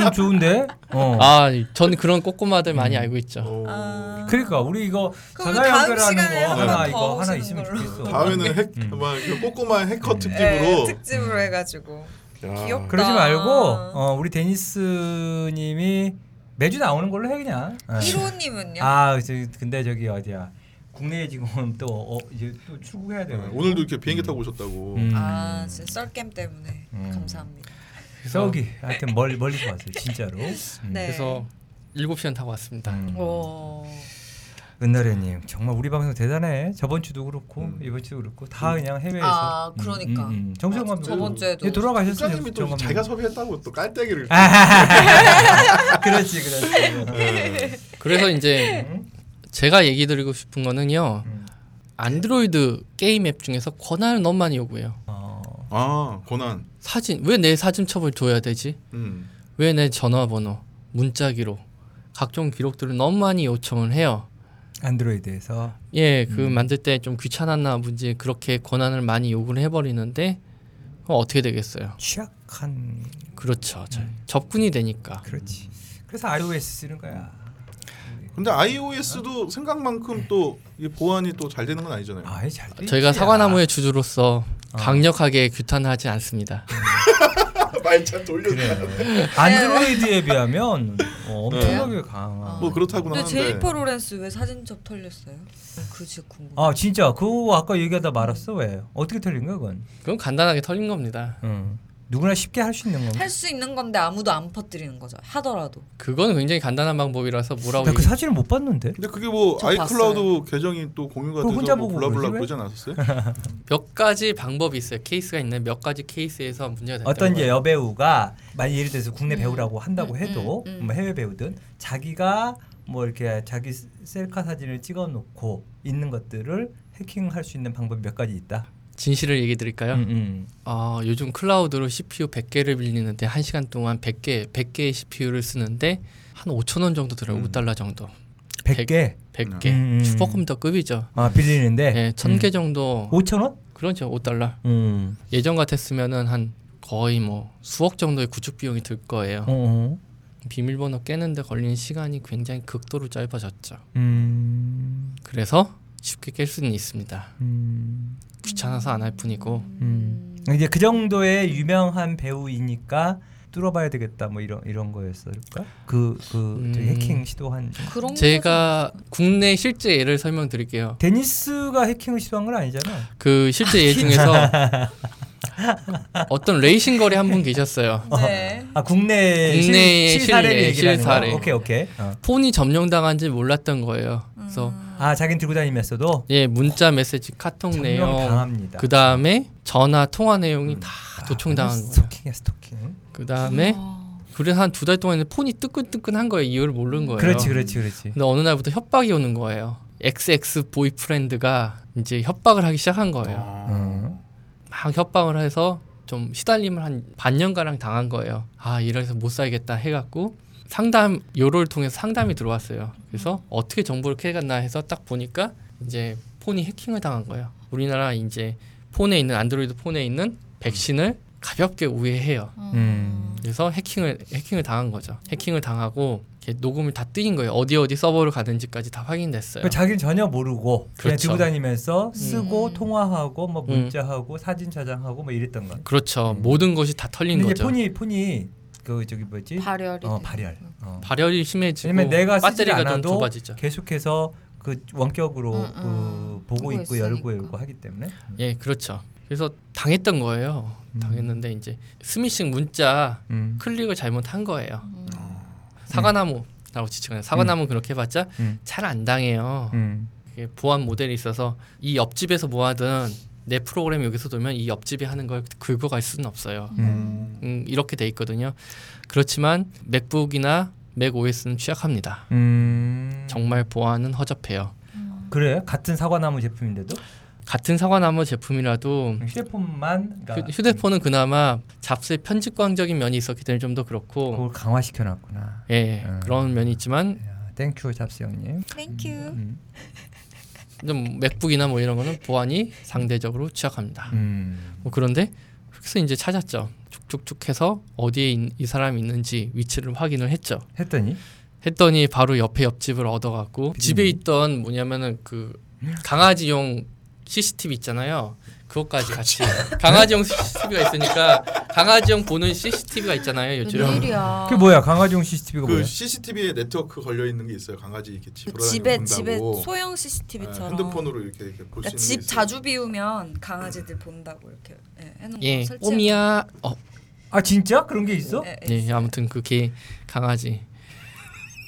Speaker 1: 좀 좋은데. 어.
Speaker 3: 아, 전 그런 꼬꼬마들 많이
Speaker 1: 음.
Speaker 3: 알고 있죠.
Speaker 2: 오.
Speaker 4: 아.
Speaker 1: 그러니까 우리 이거
Speaker 4: 그럼
Speaker 1: 전화
Speaker 4: 다음 시간에
Speaker 1: 연결하는 거
Speaker 4: 한번
Speaker 1: 하나
Speaker 4: 더
Speaker 1: 이거 하나
Speaker 4: 오시는
Speaker 1: 있으면
Speaker 4: 걸로.
Speaker 1: 좋겠어.
Speaker 2: 다음에는 핵,
Speaker 1: 음.
Speaker 2: 막그 꼬꼬마 해커
Speaker 4: 네,
Speaker 2: 특집으로. 음.
Speaker 4: 특집으로 해가지고
Speaker 2: 야.
Speaker 4: 귀엽다.
Speaker 1: 그러지 말고 어, 우리 데니스님이 매주 나오는 걸로 해 그냥.
Speaker 2: 네.
Speaker 1: 어.
Speaker 4: 1호님은요?
Speaker 1: 아, 저, 근데 저기 어디야? 국내에 지금 또 어, 이제 또 출국해야
Speaker 2: 네,
Speaker 1: 돼요.
Speaker 2: 오늘도 뭐. 이렇게 비행기 타고 오셨다고.
Speaker 1: 음.
Speaker 4: 아, 진짜 썰겜 때문에
Speaker 1: 음.
Speaker 4: 감사합니다.
Speaker 1: 저기 하여튼 멀 멀리서 왔어요, 진짜로. 음.
Speaker 4: 네.
Speaker 3: 그래서
Speaker 4: 어.
Speaker 3: 7시간 타고 왔습니다.
Speaker 1: 음.
Speaker 4: 오.
Speaker 1: 은나래님 정말 우리 방송 대단해. 저번 주도 그렇고
Speaker 2: 음.
Speaker 1: 이번 주도 그렇고 다 그냥 해외에서. 음,
Speaker 4: 아, 그러니까.
Speaker 1: 정성
Speaker 4: 맞아,
Speaker 1: 감독
Speaker 4: 저번 주에도.
Speaker 1: 돌아가셨어요.
Speaker 2: 국장님이 또
Speaker 1: 정성
Speaker 2: 자기가
Speaker 1: 감독.
Speaker 2: 섭외했다고 또 깔때기를.
Speaker 1: 아. 아하하하. 그렇지 그렇지.
Speaker 2: 네.
Speaker 3: 그래서 이제
Speaker 1: 음.
Speaker 3: 제가 얘기 드리고 싶은 거는요.
Speaker 1: 음.
Speaker 3: 안드로이드 게임 앱 중에서 권한을 너무 많이 요구해요.
Speaker 1: 어,
Speaker 2: 아 권한.
Speaker 3: 사진 왜 내 사진첩을 줘야 되지?
Speaker 2: 음.
Speaker 3: 왜 내 전화번호, 문자 기록, 각종 기록들을 너무 많이 요청을 해요.
Speaker 1: 안드로이드에서
Speaker 3: 예, 그 만들 때 좀 귀찮았나 문제 그렇게 권한을 많이 요구를 해버리는데 그럼 어떻게 되겠어요?
Speaker 1: 취약한
Speaker 3: 그렇죠. 저- 접근이 되니까.
Speaker 1: 그렇지. 음. 그래서 iOS 쓰는 거야.
Speaker 2: 근데 iOS도 생각만큼 또 이게 보안이 또 잘 되는 건 아니잖아요.
Speaker 1: 아이 잘. 돼
Speaker 3: 저희가
Speaker 1: 있지.
Speaker 3: 사과나무의 주주로서 강력하게 규탄하지 않습니다.
Speaker 2: 말참 돌려.
Speaker 1: 그래. 아, 안드로이드에 비하면 어,
Speaker 3: 네.
Speaker 1: 엄청나게
Speaker 3: 어.
Speaker 1: 강한.
Speaker 2: 뭐 그렇다고는
Speaker 4: 근데
Speaker 2: 하는데.
Speaker 4: 제니퍼 로렌스 왜 사진첩 털렸어요? 그지 궁금.
Speaker 1: 아 진짜 그거 아까 얘기하다 말았어 왜? 어떻게 털린 거야 그건?
Speaker 3: 그건 간단하게 털린 겁니다.
Speaker 1: 응. 누구나 쉽게 할 수 있는 건가?
Speaker 4: 할 수 있는 건데 아무도 안 퍼뜨리는 거죠. 하더라도.
Speaker 3: 그건 굉장히 간단한 방법이라서 뭐라고
Speaker 1: 나그 사진을 못 봤는데.
Speaker 3: 네.
Speaker 2: 근데 그게 뭐
Speaker 4: 저
Speaker 2: 아이클라우드 계정이 또 공유가
Speaker 1: 그거
Speaker 2: 돼서
Speaker 1: 혼자
Speaker 2: 뭐
Speaker 1: 보고
Speaker 2: 블라블라
Speaker 1: 그러지
Speaker 2: 그러지 않았었어요?
Speaker 3: 얘기- 몇 가지 방법이 있어요. 케이스가 있는 몇 가지 케이스에서 문제가 됐다.
Speaker 1: 어떤 이제 여배우가 만약 예를 들어서 국내 배우라고 한다고
Speaker 4: 음,
Speaker 1: 해도
Speaker 4: 음, 음.
Speaker 1: 뭐 해외 배우든 자기가 뭐 이렇게 자기 스- 셀카 사진을 찍어놓고 있는 것들을 해킹할 수 있는 방법이 몇 가지 있다.
Speaker 3: 진실을 얘기 드릴까요?
Speaker 1: 음, 음.
Speaker 3: 아, 요즘 클라우드로 CPU 100개를 빌리는데 1시간 동안 100개, 100개의 CPU를 쓰는데 한 5천 원 정도 들어요.
Speaker 2: 음.
Speaker 3: 5달러 정도.
Speaker 1: 100개
Speaker 3: 100개.
Speaker 1: 음.
Speaker 3: 슈퍼컴퓨터급이죠.
Speaker 1: 아 빌리는데
Speaker 3: 예, 1000개 정도.
Speaker 1: 5천 원?
Speaker 3: 그렇죠. 5달러.
Speaker 1: 음.
Speaker 3: 예전 같았으면은 한 거의 뭐 수억 정도의 구축 비용이 들 거예요.
Speaker 1: 어, 어.
Speaker 3: 비밀번호 깨는데 걸리는 시간이 굉장히 극도로 짧아졌죠.
Speaker 1: 음.
Speaker 3: 그래서 쉽게 깰 수는 있습니다.
Speaker 1: 음.
Speaker 3: 귀찮아서 안 할 뿐이고.
Speaker 1: 음. 이제 그 정도의 유명한 배우이니까 뚫어봐야 되겠다 뭐 이런 이런 거였을까? 그그 저기
Speaker 3: 음.
Speaker 1: 해킹 시도한
Speaker 4: 그런
Speaker 3: 제가 국내 실제 예를 설명드릴게요.
Speaker 1: 데니스가 해킹을 시도한 건 아니잖아.
Speaker 3: 그 실제 예 중에서 어떤 레이싱 거리 한 분 계셨어요.
Speaker 4: 거. 네.
Speaker 1: 아 국내
Speaker 3: 국내의
Speaker 1: 실사례
Speaker 3: 실-
Speaker 1: 얘기하는
Speaker 3: 실사례.
Speaker 1: 거. 오케이 오케이. 어.
Speaker 3: 폰이 점령당한지 몰랐던 거예요.
Speaker 4: 음.
Speaker 3: 그래서
Speaker 1: 아 자기는 들고 다니면서도
Speaker 3: 예 문자 메시지 카톡
Speaker 1: 정령
Speaker 3: 내용
Speaker 1: 당합니다. 음.
Speaker 3: 그 다음에 전화 통화 내용이 다
Speaker 1: 아,
Speaker 3: 도청당한 거예요.
Speaker 1: 스토킹이야 스토킹.
Speaker 3: 그 다음에
Speaker 4: 어.
Speaker 3: 그래서 한 두 달 동안 폰이 뜨끈뜨끈한 거예요. 이유를 모르는 거예요.
Speaker 1: 그렇지 그렇지 그렇지.
Speaker 3: 근데 어느 날부터 협박이 오는 거예요. XX 보이프렌드가 이제 협박을 하기 시작한 거예요.
Speaker 1: 음.
Speaker 3: 막 협박을 해서 좀 시달림을 한 반년가량 당한 거예요. 아 이래서 못 살겠다 해갖고 상담 요를 통해서 상담이 들어왔어요. 그래서 어떻게 정보를 캐갔나 해서 딱 보니까 이제 폰이 해킹을 당한 거예요. 우리나라 이제 폰에 있는 안드로이드 폰에 있는 백신을 가볍게 우회해요.
Speaker 1: 음.
Speaker 3: 그래서 해킹을 해킹을 당한 거죠. 해킹을 당하고 이렇게 녹음을 다 띄인 거예요. 어디 어디 서버로 가는지까지 다 확인됐어요.
Speaker 1: 그 자기는 전혀 모르고 그냥
Speaker 3: 그렇죠.
Speaker 1: 들고 다니면서 쓰고
Speaker 4: 음.
Speaker 1: 통화하고 뭐
Speaker 3: 음.
Speaker 1: 문자하고 사진 저장하고 뭐 이랬던 거.
Speaker 3: 그렇죠.
Speaker 1: 음.
Speaker 3: 모든 것이 다 털린
Speaker 1: 근데 이제
Speaker 3: 거죠.
Speaker 1: 폰이 폰이 그 저기 뭐지?
Speaker 4: 발열이.
Speaker 1: 어 발열.
Speaker 3: 음.
Speaker 1: 어.
Speaker 3: 발열이 심해지고
Speaker 1: 왜냐면 내가 쓰지
Speaker 3: 배터리가 좀
Speaker 1: 않아도
Speaker 3: 좁아지죠.
Speaker 1: 계속해서 그 원격으로
Speaker 4: 음,
Speaker 1: 그
Speaker 4: 음.
Speaker 1: 보고
Speaker 4: 보고
Speaker 1: 있고 열고
Speaker 4: 있으니까.
Speaker 1: 열고 하기 때문에.
Speaker 3: 예, 그렇죠. 그래서 당했던 거예요.
Speaker 1: 음.
Speaker 3: 당했는데 이제 스미싱 문자
Speaker 1: 음.
Speaker 3: 클릭을 잘못한 거예요.
Speaker 4: 음.
Speaker 1: 어.
Speaker 3: 사과나무라고 지칭해요. 사과나무 그렇게 해봤자
Speaker 1: 음.
Speaker 3: 잘 안 당해요.
Speaker 1: 음.
Speaker 3: 이게 보안 모델이 있어서 이 옆집에서 뭐 하든 내 프로그램 여기서 돌면 이 옆집이 하는 걸 긁어 갈 수는 없어요.
Speaker 1: 음.
Speaker 2: 그
Speaker 3: 음, 이렇게 돼 있거든요. 그렇지만 맥북이나 맥 OS는 취약합니다.
Speaker 1: 음.
Speaker 3: 정말 보안은 허접해요.
Speaker 1: 그래 같은 사과나무 제품인데도
Speaker 3: 같은 사과나무 제품이라도
Speaker 1: 휴대폰만 그러니까
Speaker 3: 음. 휴- 휴대폰은 그나마 잡스의 편집광적인 면이 있었기 때문에 좀 더 그렇고
Speaker 1: 그걸 강화시켜 놨구나.
Speaker 3: 예
Speaker 1: 어. 음.
Speaker 3: 그런 면이 있지만
Speaker 1: 땡큐 잡스 형님.
Speaker 4: 땡큐.
Speaker 1: 음.
Speaker 3: 좀 맥북이나 뭐 이런 거는 보안이 상대적으로 취약합니다.
Speaker 1: 음.
Speaker 3: 뭐 그런데 그래서 이제 찾았죠. 쭉쭉쭉 해서 어디에 인- 이 사람이 있는지 위치를 확인을 했죠.
Speaker 1: 했더니
Speaker 3: 했더니 바로 옆에 옆집을 얻어갖고
Speaker 1: 음.
Speaker 3: 집에 있던 뭐냐면은 그 강아지용 CCTV 있잖아요. 그것까지 같이
Speaker 1: 그렇죠.
Speaker 3: 강아지용 CCTV가 있으니까 강아지용 보는 CCTV가 있잖아요 요즘.
Speaker 4: 웬일이야.
Speaker 1: 그게 뭐야 강아지용 CCTV가
Speaker 2: 그
Speaker 1: 뭐야?
Speaker 2: CCTV에 네트워크 걸려 있는 게 있어요. 강아지 이렇게 집
Speaker 4: 그
Speaker 2: 돌아다니면서
Speaker 4: 집에
Speaker 2: 본다고.
Speaker 4: 집에 소형
Speaker 2: 네,
Speaker 4: CCTV처럼.
Speaker 2: 핸드폰으로 이렇게, 이렇게 볼 수 있는
Speaker 4: 그러니까
Speaker 2: 게
Speaker 4: 집
Speaker 2: 있어요.
Speaker 4: 자주 비우면 강아지들 본다고 이렇게 예, 해놓은
Speaker 3: 예,
Speaker 4: 거 설치.
Speaker 3: 꼬미야. 어,
Speaker 1: 아 진짜 그런 게 있어?
Speaker 4: 예, 예.
Speaker 3: 예, 아무튼 그게 강아지.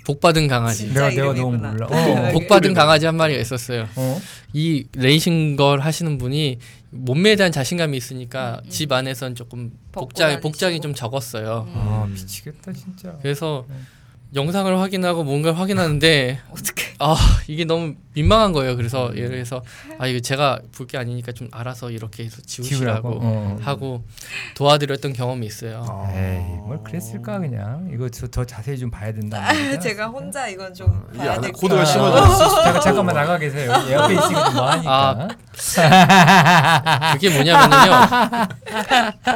Speaker 3: 복 받은 강아지.
Speaker 1: 내가
Speaker 4: 진짜
Speaker 1: 내가 너무
Speaker 4: 이름이구나.
Speaker 1: 몰라.
Speaker 4: 네.
Speaker 1: 어.
Speaker 3: 복 받은 강아지 한 마리가 있었어요.
Speaker 1: 어.
Speaker 3: 이 레이싱 걸 하시는 분이 몸매에 대한 자신감이 있으니까 집 안에선 조금
Speaker 4: 벗고
Speaker 3: 복장
Speaker 4: 다니시고.
Speaker 3: 복장이 좀 적었어요.
Speaker 2: 음.
Speaker 1: 아 미치겠다 진짜.
Speaker 3: 그래서
Speaker 1: 음.
Speaker 3: 영상을 확인하고 뭔가를 확인하는데
Speaker 4: 어떻게?
Speaker 3: 아 이게 너무 민망한 거예요. 그래서 예를 들어서 아 이거 제가 볼 게 아니니까 좀 알아서 이렇게 해서 지우시라고
Speaker 1: 지우라고? 어.
Speaker 3: 하고 도와드렸던 경험이 있어요.
Speaker 2: 아.
Speaker 1: 에이 뭘 그랬을까 그냥 이거 저, 더 자세히 좀 봐야 된다. 그러니까.
Speaker 4: 아, 제가 혼자 이건 좀
Speaker 2: 어, 이게
Speaker 4: 봐야
Speaker 2: 안에
Speaker 4: 될까.
Speaker 2: 코드가 심어져 있을 수도
Speaker 1: 잠깐
Speaker 2: 있고.
Speaker 1: 잠깐만 나가 계세요. 얘 옆에 있으니까 뭐 하니까.
Speaker 3: 그게 뭐냐면요.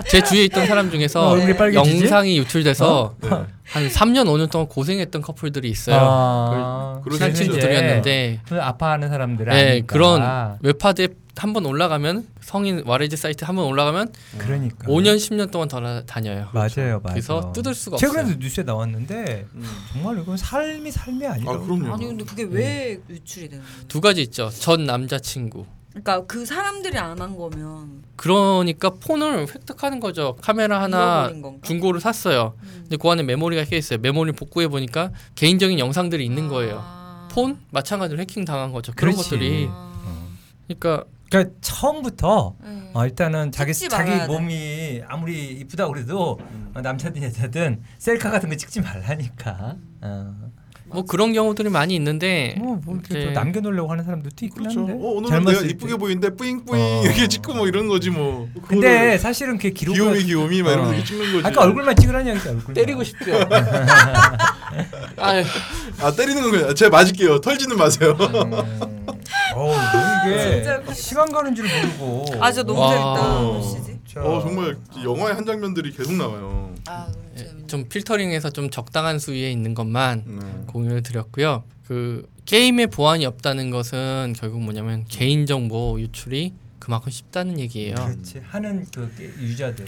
Speaker 3: 제 주위에 있던 사람
Speaker 1: 어,
Speaker 3: 중에서
Speaker 1: 얼굴이 빨개지지? 어?
Speaker 3: 영상이 유출돼서
Speaker 2: 네.
Speaker 3: 한 3년 5년 동안 고생했던 커플들이 있어요.
Speaker 1: 아,
Speaker 2: 그걸
Speaker 3: 친한
Speaker 2: 그러시죠.
Speaker 3: 친구들이었는데
Speaker 1: 그 아파하는 사람들
Speaker 3: 예,
Speaker 1: 아니까.
Speaker 3: 그런 웹하드에 한 번 올라가면 성인 와레지 사이트 한 번 올라가면
Speaker 1: 그러니까.
Speaker 3: 5년 10년 동안 돌아 다녀요.
Speaker 1: 맞아요, 맞아요.
Speaker 3: 그래서 뜯을 수가 없어요.
Speaker 1: 최근에도 뉴스에 나왔는데
Speaker 2: 음.
Speaker 1: 정말 이건 삶이 삶이 아니라.
Speaker 2: 아 그럼요.
Speaker 4: 아니 근데
Speaker 3: 네.
Speaker 4: 그게 왜 유출이 되는 거예요?
Speaker 3: 두 가지 있죠. 전 남자친구.
Speaker 4: 그러니까 그 사람들이 안 한 거면
Speaker 3: 그러니까 폰을 획득하는 거죠. 카메라 하나
Speaker 4: 잃어버린 건가?
Speaker 3: 중고를 샀어요.
Speaker 4: 음.
Speaker 3: 근데 그 안에 메모리가 껴 있어요. 메모리 복구해 보니까 개인적인 영상들이 있는 거예요.
Speaker 4: 아.
Speaker 3: 폰 마찬가지로 해킹 당한 거죠. 그런
Speaker 1: 그렇지.
Speaker 3: 것들이. 그러니까
Speaker 1: 그러니까 처음부터
Speaker 4: 네.
Speaker 1: 어, 일단은 자기
Speaker 4: 찍지
Speaker 1: 자기
Speaker 4: 말아야 돼.
Speaker 1: 몸이 아무리 이쁘다 그래도
Speaker 2: 음.
Speaker 1: 어, 남자든 여자든 셀카 같은 거 찍지 말라니까. 어.
Speaker 3: 뭐 그런 경우들이 많이 있는데
Speaker 1: 뭐, 뭐 이렇게
Speaker 3: 이제
Speaker 1: 또 남겨놓으려고 하는 사람들도 있긴
Speaker 2: 예. 그렇죠.
Speaker 1: 한데.
Speaker 2: 어, 오늘
Speaker 1: 젊었을
Speaker 2: 내가
Speaker 1: 때.
Speaker 2: 이쁘게 보이는데 뿌잉뿌잉
Speaker 1: 어.
Speaker 2: 이렇게 찍고 뭐 이런 거지 뭐.
Speaker 1: 근데 사실은 그 기록을
Speaker 2: 귀요미 귀요미 막 이러면서
Speaker 1: 어.
Speaker 2: 이렇게 찍는 거지.
Speaker 1: 아까 얼굴만 찍으라는 얘기지 얼굴.
Speaker 3: 때리고 싶죠. 아유,
Speaker 2: 아 때리는 거예요. 제가 맞을게요. 털지는 마세요.
Speaker 1: 음. 어우 너 이게
Speaker 4: 진짜.
Speaker 1: 시간 가는 줄 모르고.
Speaker 4: 아 진짜 너무
Speaker 3: 와.
Speaker 4: 재밌다.
Speaker 2: 어.
Speaker 4: 몇 시지?
Speaker 1: 진짜.
Speaker 2: 어 정말 영화의 한 장면들이 계속 나와요.
Speaker 4: 아
Speaker 1: 예,
Speaker 4: 너무 재밌네.
Speaker 3: 좀 필터링해서 좀 적당한 수위에 있는 것만
Speaker 2: 네.
Speaker 3: 공유를 드렸고요. 그 게임에 보안이 없다는 것은 결국 뭐냐면 개인 정보 유출이 그만큼 쉽다는 얘기예요.
Speaker 1: 그렇지 하는 그 게- 유저들.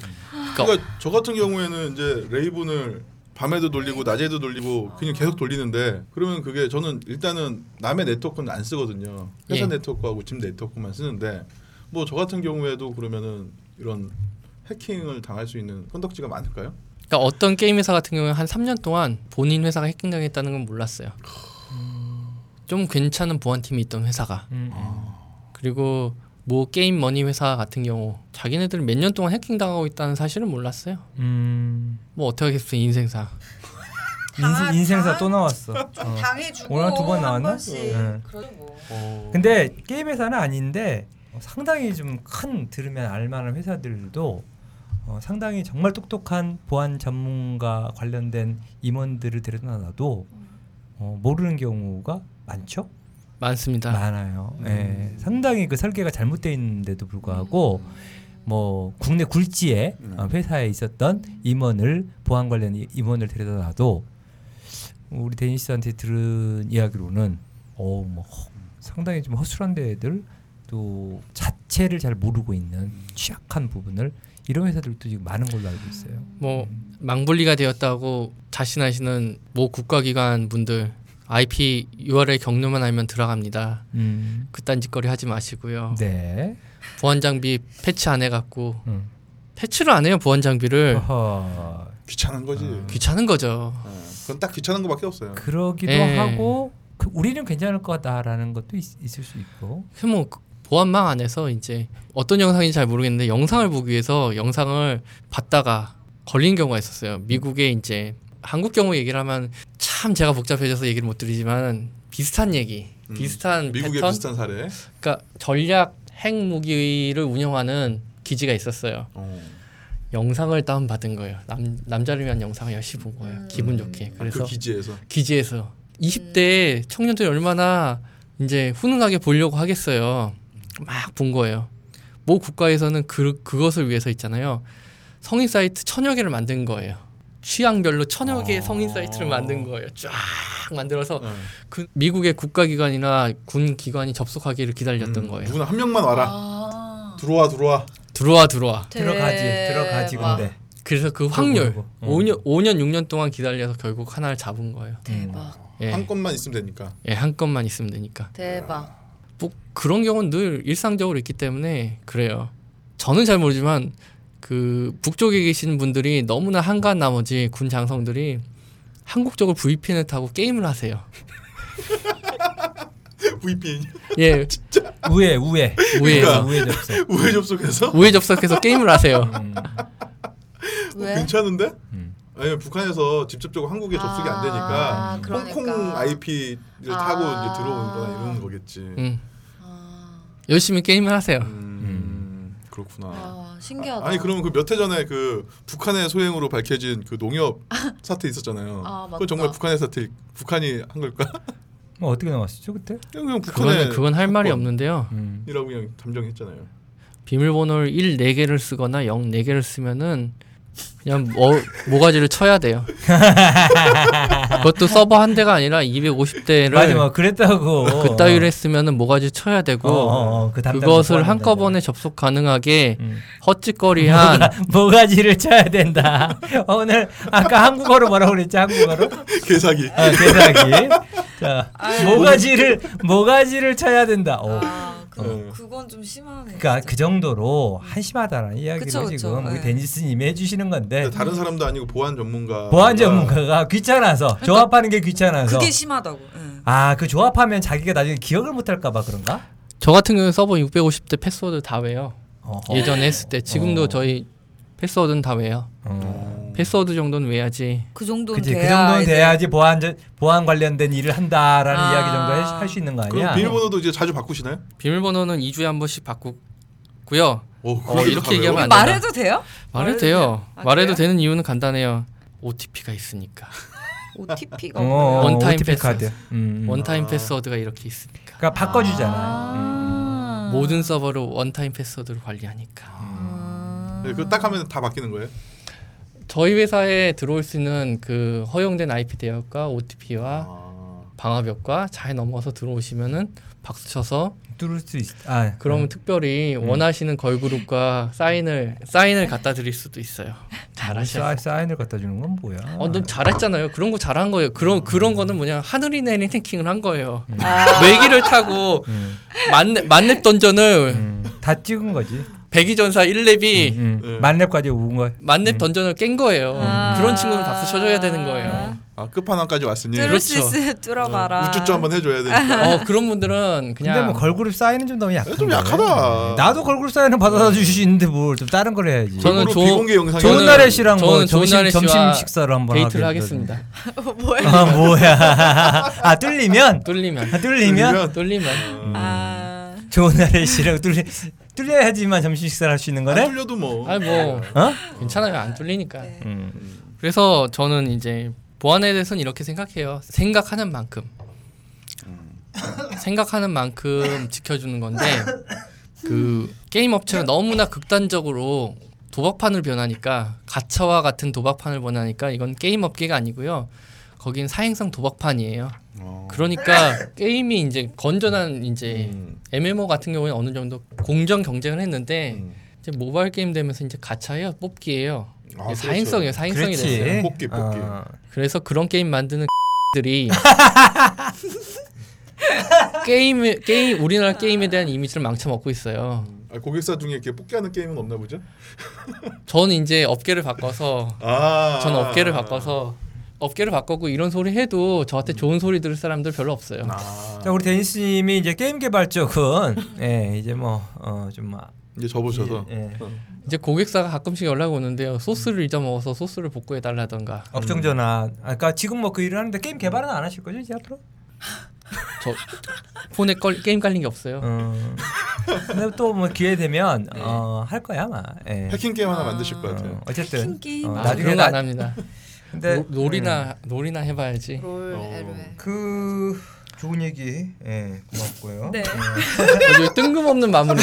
Speaker 2: 그러니까 저 같은 경우에는 이제 레이븐을 밤에도 돌리고 낮에도 돌리고 그냥 계속 돌리는데 그러면 그게 저는 일단은 남의 네트워크는 안 쓰거든요. 회사
Speaker 3: 예.
Speaker 2: 네트워크하고 집 네트워크만 쓰는데 뭐 저 같은 경우에도 그러면은 이런 해킹을 당할 수 있는 선덕지가 많을까요?
Speaker 3: 그러니까 어떤 게임 회사 같은 경우는 한 3년 동안 본인 회사가 해킹당했다는 건 몰랐어요. 좀 괜찮은 보안팀이 있던 회사가
Speaker 1: 음, 음.
Speaker 3: 그리고 뭐 게임 머니 회사 같은 경우 자기네들 몇 년 동안 해킹 당하고 있다는 사실을 몰랐어요.
Speaker 1: 음.
Speaker 3: 뭐 어떻게 하겠어요 인생사.
Speaker 4: 다-
Speaker 1: 인생, 인생사
Speaker 4: 다-
Speaker 1: 또 나왔어. 어.
Speaker 4: 당해주고
Speaker 1: 오늘 한두번
Speaker 4: 한
Speaker 1: 나왔나?
Speaker 4: 번씩.
Speaker 1: 네.
Speaker 4: 그래도 뭐.
Speaker 1: 근데 게임 회사는 아닌데 어, 상당히 좀 큰 들으면 알만한 회사들도 어, 상당히 정말 똑똑한 보안 전문가 관련된 임원들을 데려다놔도 어, 모르는 경우가 많죠?
Speaker 3: 많습니다. 음.
Speaker 1: 많아요. 예. 상당히 그 설계가 잘못되어 있는데도 불구하고 뭐 국내 굴지의
Speaker 3: 네.
Speaker 2: 음.
Speaker 1: 어, 회사에 있었던 임원을 보안 관련 이- 임원을 데려다놔도 우리 데니스한테 들은 이야기로는 어뭐 상당히 좀 허술한 데들 또 자체를 잘 모르고 있는 취약한 부분을 이런 회사들도 지금 많은 걸로 알고 있어요.
Speaker 3: 뭐 망불리가 되었다고 자신하시는 모 국가기관 분들 IP URL 경로만 알면 들어갑니다.
Speaker 1: 음.
Speaker 3: 그딴 짓거리 하지 마시고요.
Speaker 1: 네.
Speaker 3: 보안 장비 패치 안 해갖고
Speaker 1: 음.
Speaker 3: 패치를 안 해요 보안 장비를
Speaker 1: 어허.
Speaker 2: 귀찮은 거지.
Speaker 3: 귀찮은 거죠.
Speaker 2: 예, 그건 딱 귀찮은 거밖에 없어요.
Speaker 1: 그러기도
Speaker 3: 예.
Speaker 1: 하고 그 우리는 괜찮을 거다라는 것도 있, 을수 있고
Speaker 3: 그뭐 그- 보안망 안에서 이제 어떤 영상인지 잘 모르겠는데 영상을 보기 위해서 영상을 봤다가 걸린 경우가 있었어요. 미국에 이제 한국 경우 얘기를 하면 참 제가 복잡해져서 얘기를 못 드리지만 비슷한 얘기,
Speaker 2: 음,
Speaker 3: 비슷한
Speaker 2: 미국의
Speaker 3: 패턴,
Speaker 2: 비슷한 사례.
Speaker 3: 그러니까 전략 핵무기를 운영하는 기지가 있었어요.
Speaker 2: 어.
Speaker 3: 영상을 다운 받은 거예요. 남 남자를 위한 영상을 열심히 본 거예요. 기분 음, 좋게.
Speaker 2: 아,
Speaker 3: 그래서
Speaker 2: 그 기지에서
Speaker 3: 기지에서
Speaker 2: 음.
Speaker 3: 20대 청년들이 얼마나 이제 훈훈하게 보려고 하겠어요. 막 본 거예요. 모 국가에서는 그, 그것을 위해서 있잖아요. 성인 사이트 천여 개를 만든 거예요. 취향별로 천여 개의
Speaker 2: 아.
Speaker 3: 성인 사이트를 만든 거예요. 쫙 만들어서
Speaker 2: 예.
Speaker 3: 그 미국의 국가기관이나 군기관이 접속하기를 기다렸던
Speaker 2: 음,
Speaker 3: 거예요.
Speaker 2: 누구나 한 명만 와라.
Speaker 4: 아.
Speaker 2: 들어와 들어와.
Speaker 3: 들어와 들어와.
Speaker 4: 네.
Speaker 1: 들어가지 들어가지
Speaker 4: 대박.
Speaker 1: 근데
Speaker 3: 그래서 그 확률
Speaker 1: 그거, 그거. 어.
Speaker 3: 5년 5년 6년 동안 기다려서 결국 하나를 잡은 거예요.
Speaker 1: 음.
Speaker 4: 대박.
Speaker 3: 예.
Speaker 2: 한 건만 있으면 되니까.
Speaker 3: 예, 한 건만 있으면 되니까.
Speaker 4: 대박.
Speaker 3: 뭐 그런 경우는 늘 일상적으로 있기 때문에 그래요. 저는 잘 모르지만 그 북쪽에 계신 분들이 너무나 한가한 나머지 군 장성들이 한국 쪽을 VPN을 타고 게임을 하세요.
Speaker 2: VPN
Speaker 3: 예,
Speaker 1: 우회 우회
Speaker 3: 우회에서
Speaker 1: 우회 접속
Speaker 2: 우회 접속해서
Speaker 3: 우회 접속해서 게임을 하세요.
Speaker 1: 음,
Speaker 4: 왜?
Speaker 2: 괜찮은데?
Speaker 1: 음.
Speaker 2: 아니 북한에서 직접적으로 한국에 접속이 안 되니까
Speaker 4: 아,
Speaker 2: 홍콩
Speaker 4: 그러니까.
Speaker 2: IP를
Speaker 4: 아.
Speaker 2: 타고 이제 들어오는 거나 이런 거겠지.
Speaker 3: 음,
Speaker 4: 아,
Speaker 3: 열심히 게임을 하세요.
Speaker 2: 음, 그렇구나.
Speaker 4: 아, 신기하다.
Speaker 2: 아, 니 그러면 그 몇 해 전에 그 북한의 소행으로 밝혀진 그 농협 사태 있었잖아요.
Speaker 4: 아, 맞다.
Speaker 2: 그건 정말 북한의 사태, 북한이 한 걸까?
Speaker 1: 뭐 어떻게 나왔었죠 그때?
Speaker 2: 그냥, 그냥 북한의
Speaker 3: 그거는 그건 할 말이
Speaker 2: 사건.
Speaker 3: 없는데요.
Speaker 1: 음.
Speaker 2: 이라고 그냥 담정했잖아요.
Speaker 3: 비밀번호를 1 4개를 쓰거나 0 4개를 쓰면은 그냥 뭐, 모가지를 쳐야 돼요. 그것도 서버 한 대가 아니라 250대를
Speaker 1: 맞아 뭐 그랬다고
Speaker 3: 그 따위를 했으면은 모가지 쳐야 되고
Speaker 1: 어, 어, 어, 그 담당
Speaker 3: 그것을
Speaker 1: 보안을
Speaker 3: 한꺼번에 접속 가능하게
Speaker 1: 음.
Speaker 3: 헛짓거리한
Speaker 1: 모가지를 쳐야 된다. 어, 오늘 아까 한국어로 뭐라고 그랬지 한국어로?
Speaker 2: 개사기.
Speaker 1: 아, 대사기. 자
Speaker 4: 아유.
Speaker 1: 모가지를 모가지를 쳐야 된다. 어.
Speaker 4: 아, 그,
Speaker 2: 어.
Speaker 4: 그건 좀 심하네.
Speaker 1: 그러니까 그 정도로 한심하다라는 이야기를
Speaker 4: 그쵸, 그쵸.
Speaker 1: 지금 우리
Speaker 4: 네.
Speaker 1: 데니스님이 해주시는
Speaker 3: 네.
Speaker 1: 건데
Speaker 2: 다른 사람도 아니고 보안 전문가.
Speaker 1: 보안 전문가가 귀찮아서
Speaker 3: 그러니까
Speaker 1: 조합하는 게 귀찮아서
Speaker 4: 그게 심하다고. 예.
Speaker 1: 아 그 조합하면 자기가 나중에 기억을 못할까봐 그런가?
Speaker 3: 저 같은 경우는 서버 650대 패스워드 다 외요.
Speaker 1: 어허.
Speaker 3: 예전에 했을 때 지금도
Speaker 1: 어.
Speaker 3: 저희 패스워드는 다 외요.
Speaker 1: 어.
Speaker 2: 어.
Speaker 3: 패스워드 정도는 외야지.
Speaker 4: 그 정도는
Speaker 1: 그지
Speaker 4: 돼야.
Speaker 1: 그 정도는
Speaker 4: 이제-
Speaker 1: 돼야지 보안 전- 보안 관련된 일을 한다라는
Speaker 4: 아.
Speaker 1: 이야기 정도 할 수 있는 거 아니야?
Speaker 2: 그럼 비밀번호도 이제 자주 바꾸시나요?
Speaker 3: 비밀번호는 2주에 한 번씩 바꾸고요.
Speaker 2: 오,
Speaker 3: 어, 이렇게 얘기하면 안 된다.
Speaker 4: 말해도 돼요?
Speaker 3: 말해도 돼요.
Speaker 4: 아,
Speaker 3: 말해도
Speaker 4: 그래요?
Speaker 3: 되는 이유는 간단해요. OTP가 있으니까.
Speaker 4: OTP가
Speaker 1: 어, 어,
Speaker 4: 없어요.
Speaker 3: 원타임
Speaker 1: OTP 카드.
Speaker 3: 패스.
Speaker 1: 음, 음.
Speaker 3: 원타임
Speaker 2: 아.
Speaker 3: 패스워드가 이렇게 있으니까.
Speaker 1: 그러니까 바꿔주잖아요. 음.
Speaker 4: 아.
Speaker 1: 뭐,
Speaker 3: 모든 서버를 원타임 패스워드로 관리하니까.
Speaker 4: 아.
Speaker 2: 네, 그딱 하면 다 바뀌는 거예요?
Speaker 3: 저희 회사에 들어올 수 있는 그 허용된 IP 대역과 OTP와
Speaker 2: 아.
Speaker 3: 방화벽과 잘 넘어서 들어오시면은 박수 쳐서
Speaker 1: 뚫을 수 있. 아
Speaker 3: 그러면 특별히
Speaker 1: 음.
Speaker 3: 원하시는 걸그룹과 사인을 사인을 갖다 드릴 수도 있어요. 잘하셔.
Speaker 1: 사인, 사인을 갖다 주는 건 뭐야?
Speaker 3: 어, 너무 잘했잖아요. 그런 거 잘한 거예요. 그런 그런 거는 뭐냐 하늘이 내린 해킹을 한 거예요.
Speaker 4: 아.
Speaker 3: 외기를 타고
Speaker 1: 음,
Speaker 3: 만렙 만렙 던전을
Speaker 1: 음. 다 찍은 거지.
Speaker 3: 배기전사 1렙이
Speaker 1: 음,
Speaker 2: 네.
Speaker 1: 만렙까지 온 거야.
Speaker 3: 만렙 던전을 깬 거예요.
Speaker 4: 아.
Speaker 1: 음.
Speaker 3: 그런 친구는 박수 쳐줘야 되는 거예요.
Speaker 2: 아 끝판왕까지 왔으니
Speaker 4: 뚫을 수
Speaker 3: 그렇죠.
Speaker 4: 있으면 뚫어봐라.
Speaker 2: 우쭈쭈 한번 해줘야 되니까. 아,
Speaker 3: 어 그런 분들은
Speaker 1: 근데
Speaker 3: 그냥
Speaker 1: 뭐 걸그룹 사인은 좀 너무 약한데.
Speaker 2: 좀 약하다.
Speaker 1: 나도 걸그룹 사인은 받아다 주시는데 뭘 좀 다른 걸 해야지.
Speaker 3: 저는
Speaker 2: 골고루
Speaker 3: 좋은-
Speaker 2: 뭐 비공개 영상이
Speaker 1: 좋은
Speaker 3: 저는-
Speaker 1: 날의 씨랑 뭐
Speaker 3: 저는 좋은
Speaker 1: 점심
Speaker 3: 날의 씨와
Speaker 1: 점심 식사를 한번
Speaker 3: 데이트를
Speaker 1: 하게
Speaker 3: 하겠습니다.
Speaker 4: 어, 뭐야?
Speaker 1: 아 뭐야? 아 뚫리면
Speaker 3: 뚫리면
Speaker 1: 아, 뚫리면
Speaker 3: 뚫리면
Speaker 2: 음.
Speaker 1: 음.
Speaker 4: 아,
Speaker 1: 좋은 날의 씨랑 뚫리 뚫려야지만 점심 식사를 할 수 있는
Speaker 2: 안
Speaker 1: 거네.
Speaker 2: 뚫려도 뭐.
Speaker 3: 아니 뭐
Speaker 1: 어?
Speaker 3: 괜찮아요 안 뚫리니까.
Speaker 4: 네.
Speaker 1: 음.
Speaker 3: 그래서 저는 이제 보안에 대해서는 이렇게 생각해요. 생각하는 만큼
Speaker 2: 음.
Speaker 3: 생각하는 만큼 지켜주는 건데 그 게임 업체가 너무나 극단적으로 도박판을 변하니까 가차와 같은 도박판을 변하니까 이건 게임 업계가 아니고요. 거긴 사행성 도박판이에요.
Speaker 2: 어.
Speaker 3: 그러니까 게임이 이제 건전한 이제
Speaker 2: 음.
Speaker 3: MMO 같은 경우에는 어느 정도 공정 경쟁을 했는데 이제 모바일 게임 되면서 이제 가차예요, 뽑기예요.
Speaker 2: 아,
Speaker 3: 이게
Speaker 2: 그렇죠.
Speaker 3: 사행성이에요, 사행성이
Speaker 1: 그렇지.
Speaker 3: 됐어요.
Speaker 2: 뽑기, 뽑기.
Speaker 1: 어.
Speaker 3: 그래서 그런 게임 만드는 들이 게임 게임 우리나라 게임에 대한 이미지를 망쳐먹고 있어요.
Speaker 2: 아, 고객사 중에 이렇게 뽑기하는 게임은 없나 보죠?
Speaker 3: 저는 이제 업계를 바꿔서
Speaker 2: 아.
Speaker 3: 저는 업계를 바꿔서 업계를 바꾸고 이런 소리 해도 저한테 좋은 소리 들을 사람들 별로 없어요.
Speaker 2: 아.
Speaker 1: 자 우리 데니스님이 이제 게임 개발 쪽은 예 이제 뭐어좀
Speaker 2: 이제 접으셔서.
Speaker 1: 예, 예.
Speaker 3: 이제 고객사가 가끔씩 연락 오는데요. 소스를 잊어먹어서 소스를 복구해 달라던가.
Speaker 1: 업종 전환. 아까 지금 뭐 그 일을 하는데 게임 개발은 안 하실 거죠 이제 앞으로?
Speaker 3: 저 폰에 걸, 게임 깔린 게 없어요.
Speaker 1: 어. 근데 또 뭐 기회 되면
Speaker 3: 네.
Speaker 1: 어, 할 거야 아마. 예.
Speaker 2: 해킹 게임 하나 만드실 것 같아요.
Speaker 1: 어, 어쨌든
Speaker 4: 킹 게임.
Speaker 1: 어,
Speaker 3: 아,
Speaker 1: 나중에 네.
Speaker 3: 그런 거안
Speaker 1: 나-
Speaker 3: 합니다.
Speaker 1: 근데 음.
Speaker 3: 노- 놀이나 놀이나 해봐야지.
Speaker 4: 롤
Speaker 2: 어.
Speaker 4: LOL.
Speaker 1: 그 좋은 얘기 예 고맙고요.
Speaker 4: 네.
Speaker 3: 이게 뜬금없는 마무리.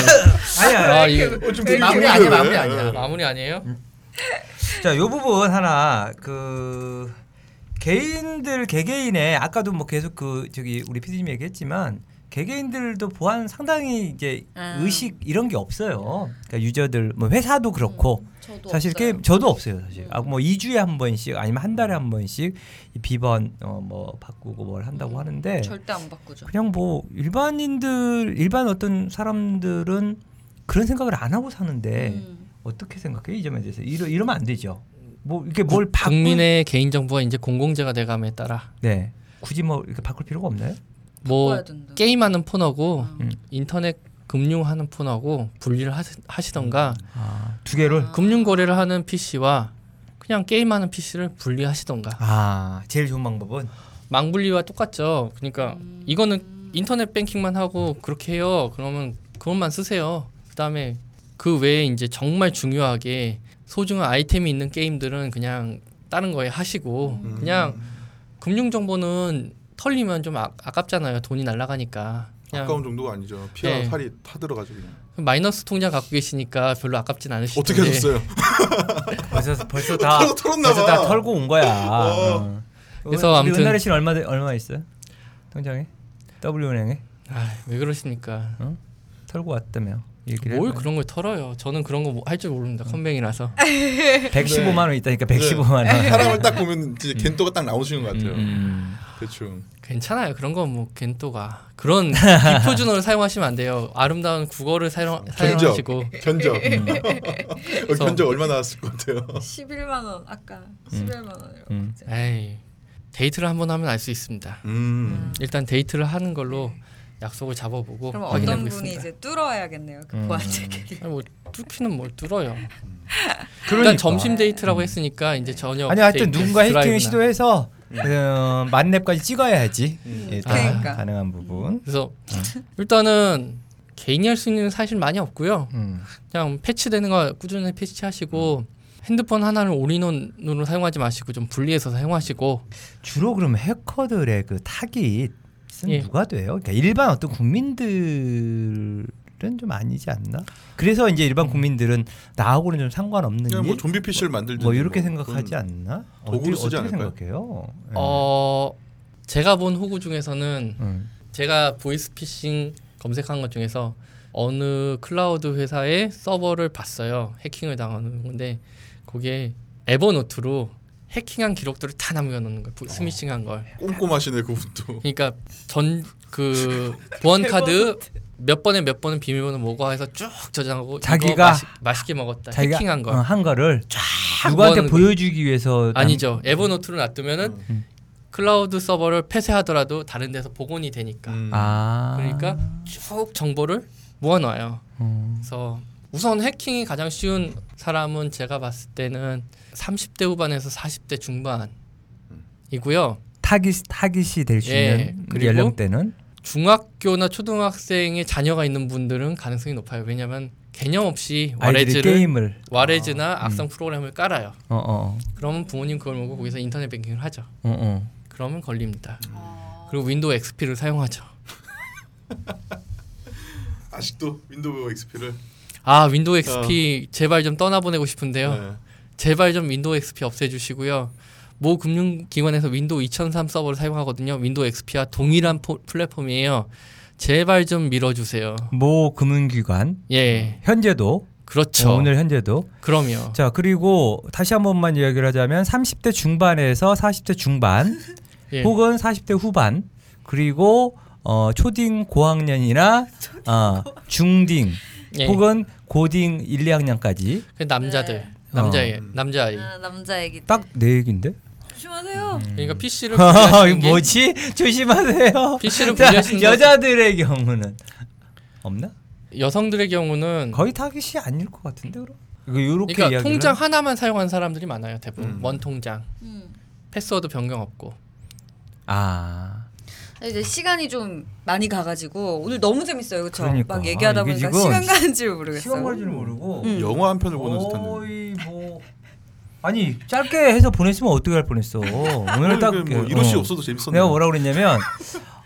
Speaker 1: 아니야.
Speaker 3: 아 이게
Speaker 2: 어, 좀
Speaker 4: 되게
Speaker 2: 마무리
Speaker 4: 아니야,
Speaker 2: 그래.
Speaker 5: 마무리 아니야.
Speaker 2: 예.
Speaker 3: 마무리 아니에요?
Speaker 1: 자, 요 부분 하나 그 개인들 개개인의 아까도 뭐 계속 그 저기 우리 피디님 얘기했지만 개개인들도 보안 상당히 이제
Speaker 4: 아.
Speaker 1: 의식 이런 게 없어요. 그러니까 유저들 뭐 회사도 그렇고
Speaker 4: 저도
Speaker 1: 사실
Speaker 4: 없어요.
Speaker 1: 게임 저도 없어요 사실. 아뭐 2주에 한 번씩 아니면 한 달에 한 번씩 이 비번 어뭐 바꾸고 뭘 한다고 하는데
Speaker 4: 절대 안 바꾸죠.
Speaker 1: 그냥 뭐 일반인들 일반 어떤 사람들은 그런 생각을 안 하고 사는데
Speaker 4: 음.
Speaker 1: 어떻게 생각해 이 점에 대해서 이러, 이러면 안 되죠. 뭐 이렇게 뭘 바꾸
Speaker 3: 국민의 개인 정보가 이제 공공재가 돼감에 따라
Speaker 1: 네 굳이 뭐 이렇게 바꿀 필요가 없나요?
Speaker 3: 뭐
Speaker 4: 바꿔야 된다.
Speaker 3: 게임하는 폰하고
Speaker 4: 음.
Speaker 1: 음.
Speaker 3: 인터넷 금융하는 폰하고 분리를 하시, 하시던가
Speaker 4: 음.
Speaker 1: 아, 두 개를
Speaker 3: 금융 거래를 하는 PC와 그냥 게임하는 PC를 분리하시던가
Speaker 1: 아 제일 좋은 방법은
Speaker 3: 망분리와 똑같죠. 그러니까 이거는 인터넷 뱅킹만 하고 그렇게 해요. 그러면 그것만 쓰세요. 그다음에 그 외에 이제 정말 중요하게 소중한 아이템이 있는 게임들은 그냥 다른 거에 하시고
Speaker 2: 음.
Speaker 3: 그냥 금융 정보는 털리면 좀 아, 깝잖아요 돈이 날아가니까. 그냥
Speaker 2: 아까운 정도가 아니죠. 피와
Speaker 3: 네.
Speaker 2: 살이 타들어가지고 그냥.
Speaker 3: 마이너스 통장 갖고 계시니까 별로 아깝진 않으실 텐데.
Speaker 2: 어떻게 하셨어요?
Speaker 1: 벌써 벌써 다
Speaker 2: 털- 털었나
Speaker 1: 벌써 다
Speaker 2: 봐.
Speaker 1: 털고 온 거야.
Speaker 2: 어.
Speaker 1: 어.
Speaker 3: 그래서
Speaker 1: 우리
Speaker 3: 아무튼-
Speaker 1: 은나래 씨는 얼마 얼마 있어요? 통장에 W은행에
Speaker 3: 아, 왜 그러십니까?
Speaker 1: 털고 왔다며 얘기를
Speaker 3: 뭘
Speaker 1: 했나요?
Speaker 3: 그런 걸 털어요. 저는 그런 거뭐 할 줄 모릅니다. 컨뱅이라서.
Speaker 1: 115만 원 있다니까
Speaker 2: 네.
Speaker 1: 115만 원.
Speaker 2: 사람을 딱 보면
Speaker 3: 음.
Speaker 2: 이제 겐토가 딱 나오시는 것 같아요.
Speaker 1: 음.
Speaker 2: 대충.
Speaker 3: 괜찮아요. 그런 건 뭐 겐토가 그런 비표준어를 사용하시면 안 돼요. 아름다운 국어를 사용, 사용하시고
Speaker 2: 견적.
Speaker 1: 음.
Speaker 2: 어, 음. 견적 얼마 나왔을 것 같아요.
Speaker 4: 11만 원 아까 11만 원이라고
Speaker 1: 음.
Speaker 4: 했죠.
Speaker 3: 에이 데이트를 한번 하면 알 수 있습니다.
Speaker 2: 음.
Speaker 3: 일단 데이트를 하는 걸로 약속을 잡아보고
Speaker 4: 그럼
Speaker 3: 확인해
Speaker 4: 어떤 분이
Speaker 3: 보겠습니다.
Speaker 4: 이제 뚫어야겠네요. 그
Speaker 1: 뭐 음.
Speaker 4: 보안 체계.
Speaker 3: 아니, 뭐 뚫기는 뭘 뚫어요.
Speaker 1: 그러니까. 음.
Speaker 3: 일단 점심 데이트라고 했으니까 이제 저녁
Speaker 1: 아니 하여튼
Speaker 3: 데이트,
Speaker 1: 누군가 해킹을
Speaker 3: 드라이브나.
Speaker 1: 시도해서 어, 만렙까지 찍어야지 일단
Speaker 4: 그러니까.
Speaker 1: 가능한 부분.
Speaker 3: 그래서 일단은 개인이 할 수 있는 사실 많이 없고요.
Speaker 1: 음.
Speaker 3: 그냥 패치되는 거 꾸준히 패치하시고 핸드폰 하나를 올인원으로 사용하지 마시고 좀 분리해서 사용하시고
Speaker 1: 주로 그럼 해커들의 그 타깃은
Speaker 3: 예.
Speaker 1: 누가 돼요? 그러니까 일반 어떤 국민들은 좀 아니지 않나? 그래서 이제 일반 국민들은 나하고는 좀 상관없는 일,
Speaker 2: 그냥
Speaker 1: 뭐,
Speaker 2: 뭐 좀비 PC를 뭐 만들든
Speaker 1: 이렇게 생각하지 않나?
Speaker 2: 도구로
Speaker 1: 어떻게,
Speaker 2: 쓰지
Speaker 1: 어떻게
Speaker 2: 않을까요?
Speaker 1: 생각해요? 예.
Speaker 3: 어 제가 본 호구 중에서는
Speaker 1: 음.
Speaker 3: 제가 보이스피싱 검색한 것 중에서 어느 클라우드 회사의 서버를 봤어요 해킹을 당하는 건데 거기에 에버노트로 해킹한 기록들을 다 남겨놓는
Speaker 1: 어.
Speaker 3: 거예요 부- 스미싱한 걸
Speaker 2: 꼼꼼하시네 그분도.
Speaker 3: 그러니까 전 그 보안 카드 몇 번에 몇 번은 비밀번호 뭐고 해서 쭉 저장하고 이거
Speaker 1: 자기가-
Speaker 3: 마시, 맛있게 먹었다
Speaker 1: 자기가
Speaker 3: 해킹한 거
Speaker 1: 어, 한 거를 쫙
Speaker 3: 뭐 하는
Speaker 1: 누구한테
Speaker 3: 거.
Speaker 1: 보여주기 위해서 남- 음.
Speaker 3: 아니죠 에버노트로 놔두면은 클라우드 서버를 폐쇄하더라도 다른 데서 복원이 되니까
Speaker 2: 음.
Speaker 1: 아
Speaker 3: 그러니까 쭉 정보를 모아놔요.
Speaker 1: 음.
Speaker 3: 그래서 우선 해킹이 가장 쉬운 사람은 제가 봤을 때는 30대 후반에서 40대 중반이고요.
Speaker 1: 타깃 타깃이 될 수 있는
Speaker 3: 예, 그리고
Speaker 1: 연령대는
Speaker 3: 중학교나 초등학생의 자녀가 있는 분들은 가능성이 높아요. 왜냐하면 개념 없이
Speaker 1: 아이들이
Speaker 3: 와레즈를
Speaker 1: 게임을
Speaker 3: 와레즈나
Speaker 1: 아,
Speaker 3: 악성 프로그램을 깔아요.
Speaker 1: 어어
Speaker 3: 그러면 부모님 그걸 보고 거기서 인터넷 뱅킹을 하죠.
Speaker 1: 어어
Speaker 3: 그러면 걸립니다. 그리고 윈도우 XP를 사용하죠.
Speaker 2: 아직도 윈도우 XP를
Speaker 3: 아 윈도우
Speaker 1: 어.
Speaker 3: XP 제발 좀 떠나보내고 싶은데요.
Speaker 2: 네.
Speaker 3: 제발 좀 윈도우 XP 없애주시고요. 모 금융기관에서 윈도우 2003 서버를 사용하거든요. 윈도우 XP와 동일한 포- 플랫폼이에요. 제발 좀 밀어주세요.
Speaker 1: 모 금융기관
Speaker 3: 예,
Speaker 1: 현재도
Speaker 3: 그렇죠.
Speaker 1: 어, 오늘 현재도
Speaker 3: 그럼요.
Speaker 1: 자 그리고 다시 한 번만 이야기를 하자면 30대 중반에서 40대 중반
Speaker 3: 예.
Speaker 1: 혹은 40대 후반 그리고 어, 초딩 고학년이나 어, 중딩
Speaker 3: 예.
Speaker 1: 혹은 고딩 1, 2학년까지
Speaker 3: 그 남자들,
Speaker 4: 네.
Speaker 3: 남자애,
Speaker 2: 어.
Speaker 3: 남자아이.
Speaker 1: 음. 네.
Speaker 4: 아, 남자 얘기 때.
Speaker 1: 딱 내 얘긴데
Speaker 4: 조심하세요.
Speaker 1: 음.
Speaker 3: 그러니까 PC를
Speaker 1: 이거
Speaker 3: 분리하시는 게
Speaker 1: 뭐지 조심하세요
Speaker 3: PC를
Speaker 1: 자,
Speaker 3: 분리하시는 게
Speaker 1: 여자들의 경우는 없나?
Speaker 3: 여성들의 경우는
Speaker 1: 거의 타깃이 아닐 것 같은데 그럼? 이거 요렇게
Speaker 3: 음. 그러니까
Speaker 1: 이야기를
Speaker 3: 통장 하나만 사용하는 사람들이 많아요. 대부분
Speaker 2: 음.
Speaker 3: 원 통장,
Speaker 4: 음.
Speaker 3: 패스워드 변경 없고.
Speaker 1: 아
Speaker 4: 이제 시간이 좀 많이 가가지고 오늘 너무 재밌어요, 그렇죠?
Speaker 1: 그러니까.
Speaker 4: 막 얘기하다
Speaker 1: 아, 이게
Speaker 4: 보니까
Speaker 1: 지금
Speaker 4: 시간 가는 줄 모르겠어요.
Speaker 1: 시간 걸줄 모르고
Speaker 4: 음.
Speaker 2: 네. 영화 한 편을
Speaker 1: 어,
Speaker 2: 보는 듯한 느낌.
Speaker 1: 거의 뭐 아니 짧게 해서 보냈으면 어떻게 할 뻔했어 오늘 딱
Speaker 2: 이게 뭐
Speaker 1: 그,
Speaker 2: 이럴 시
Speaker 1: 어.
Speaker 2: 없어도 재밌었네.
Speaker 1: 내가 뭐라 그랬냐면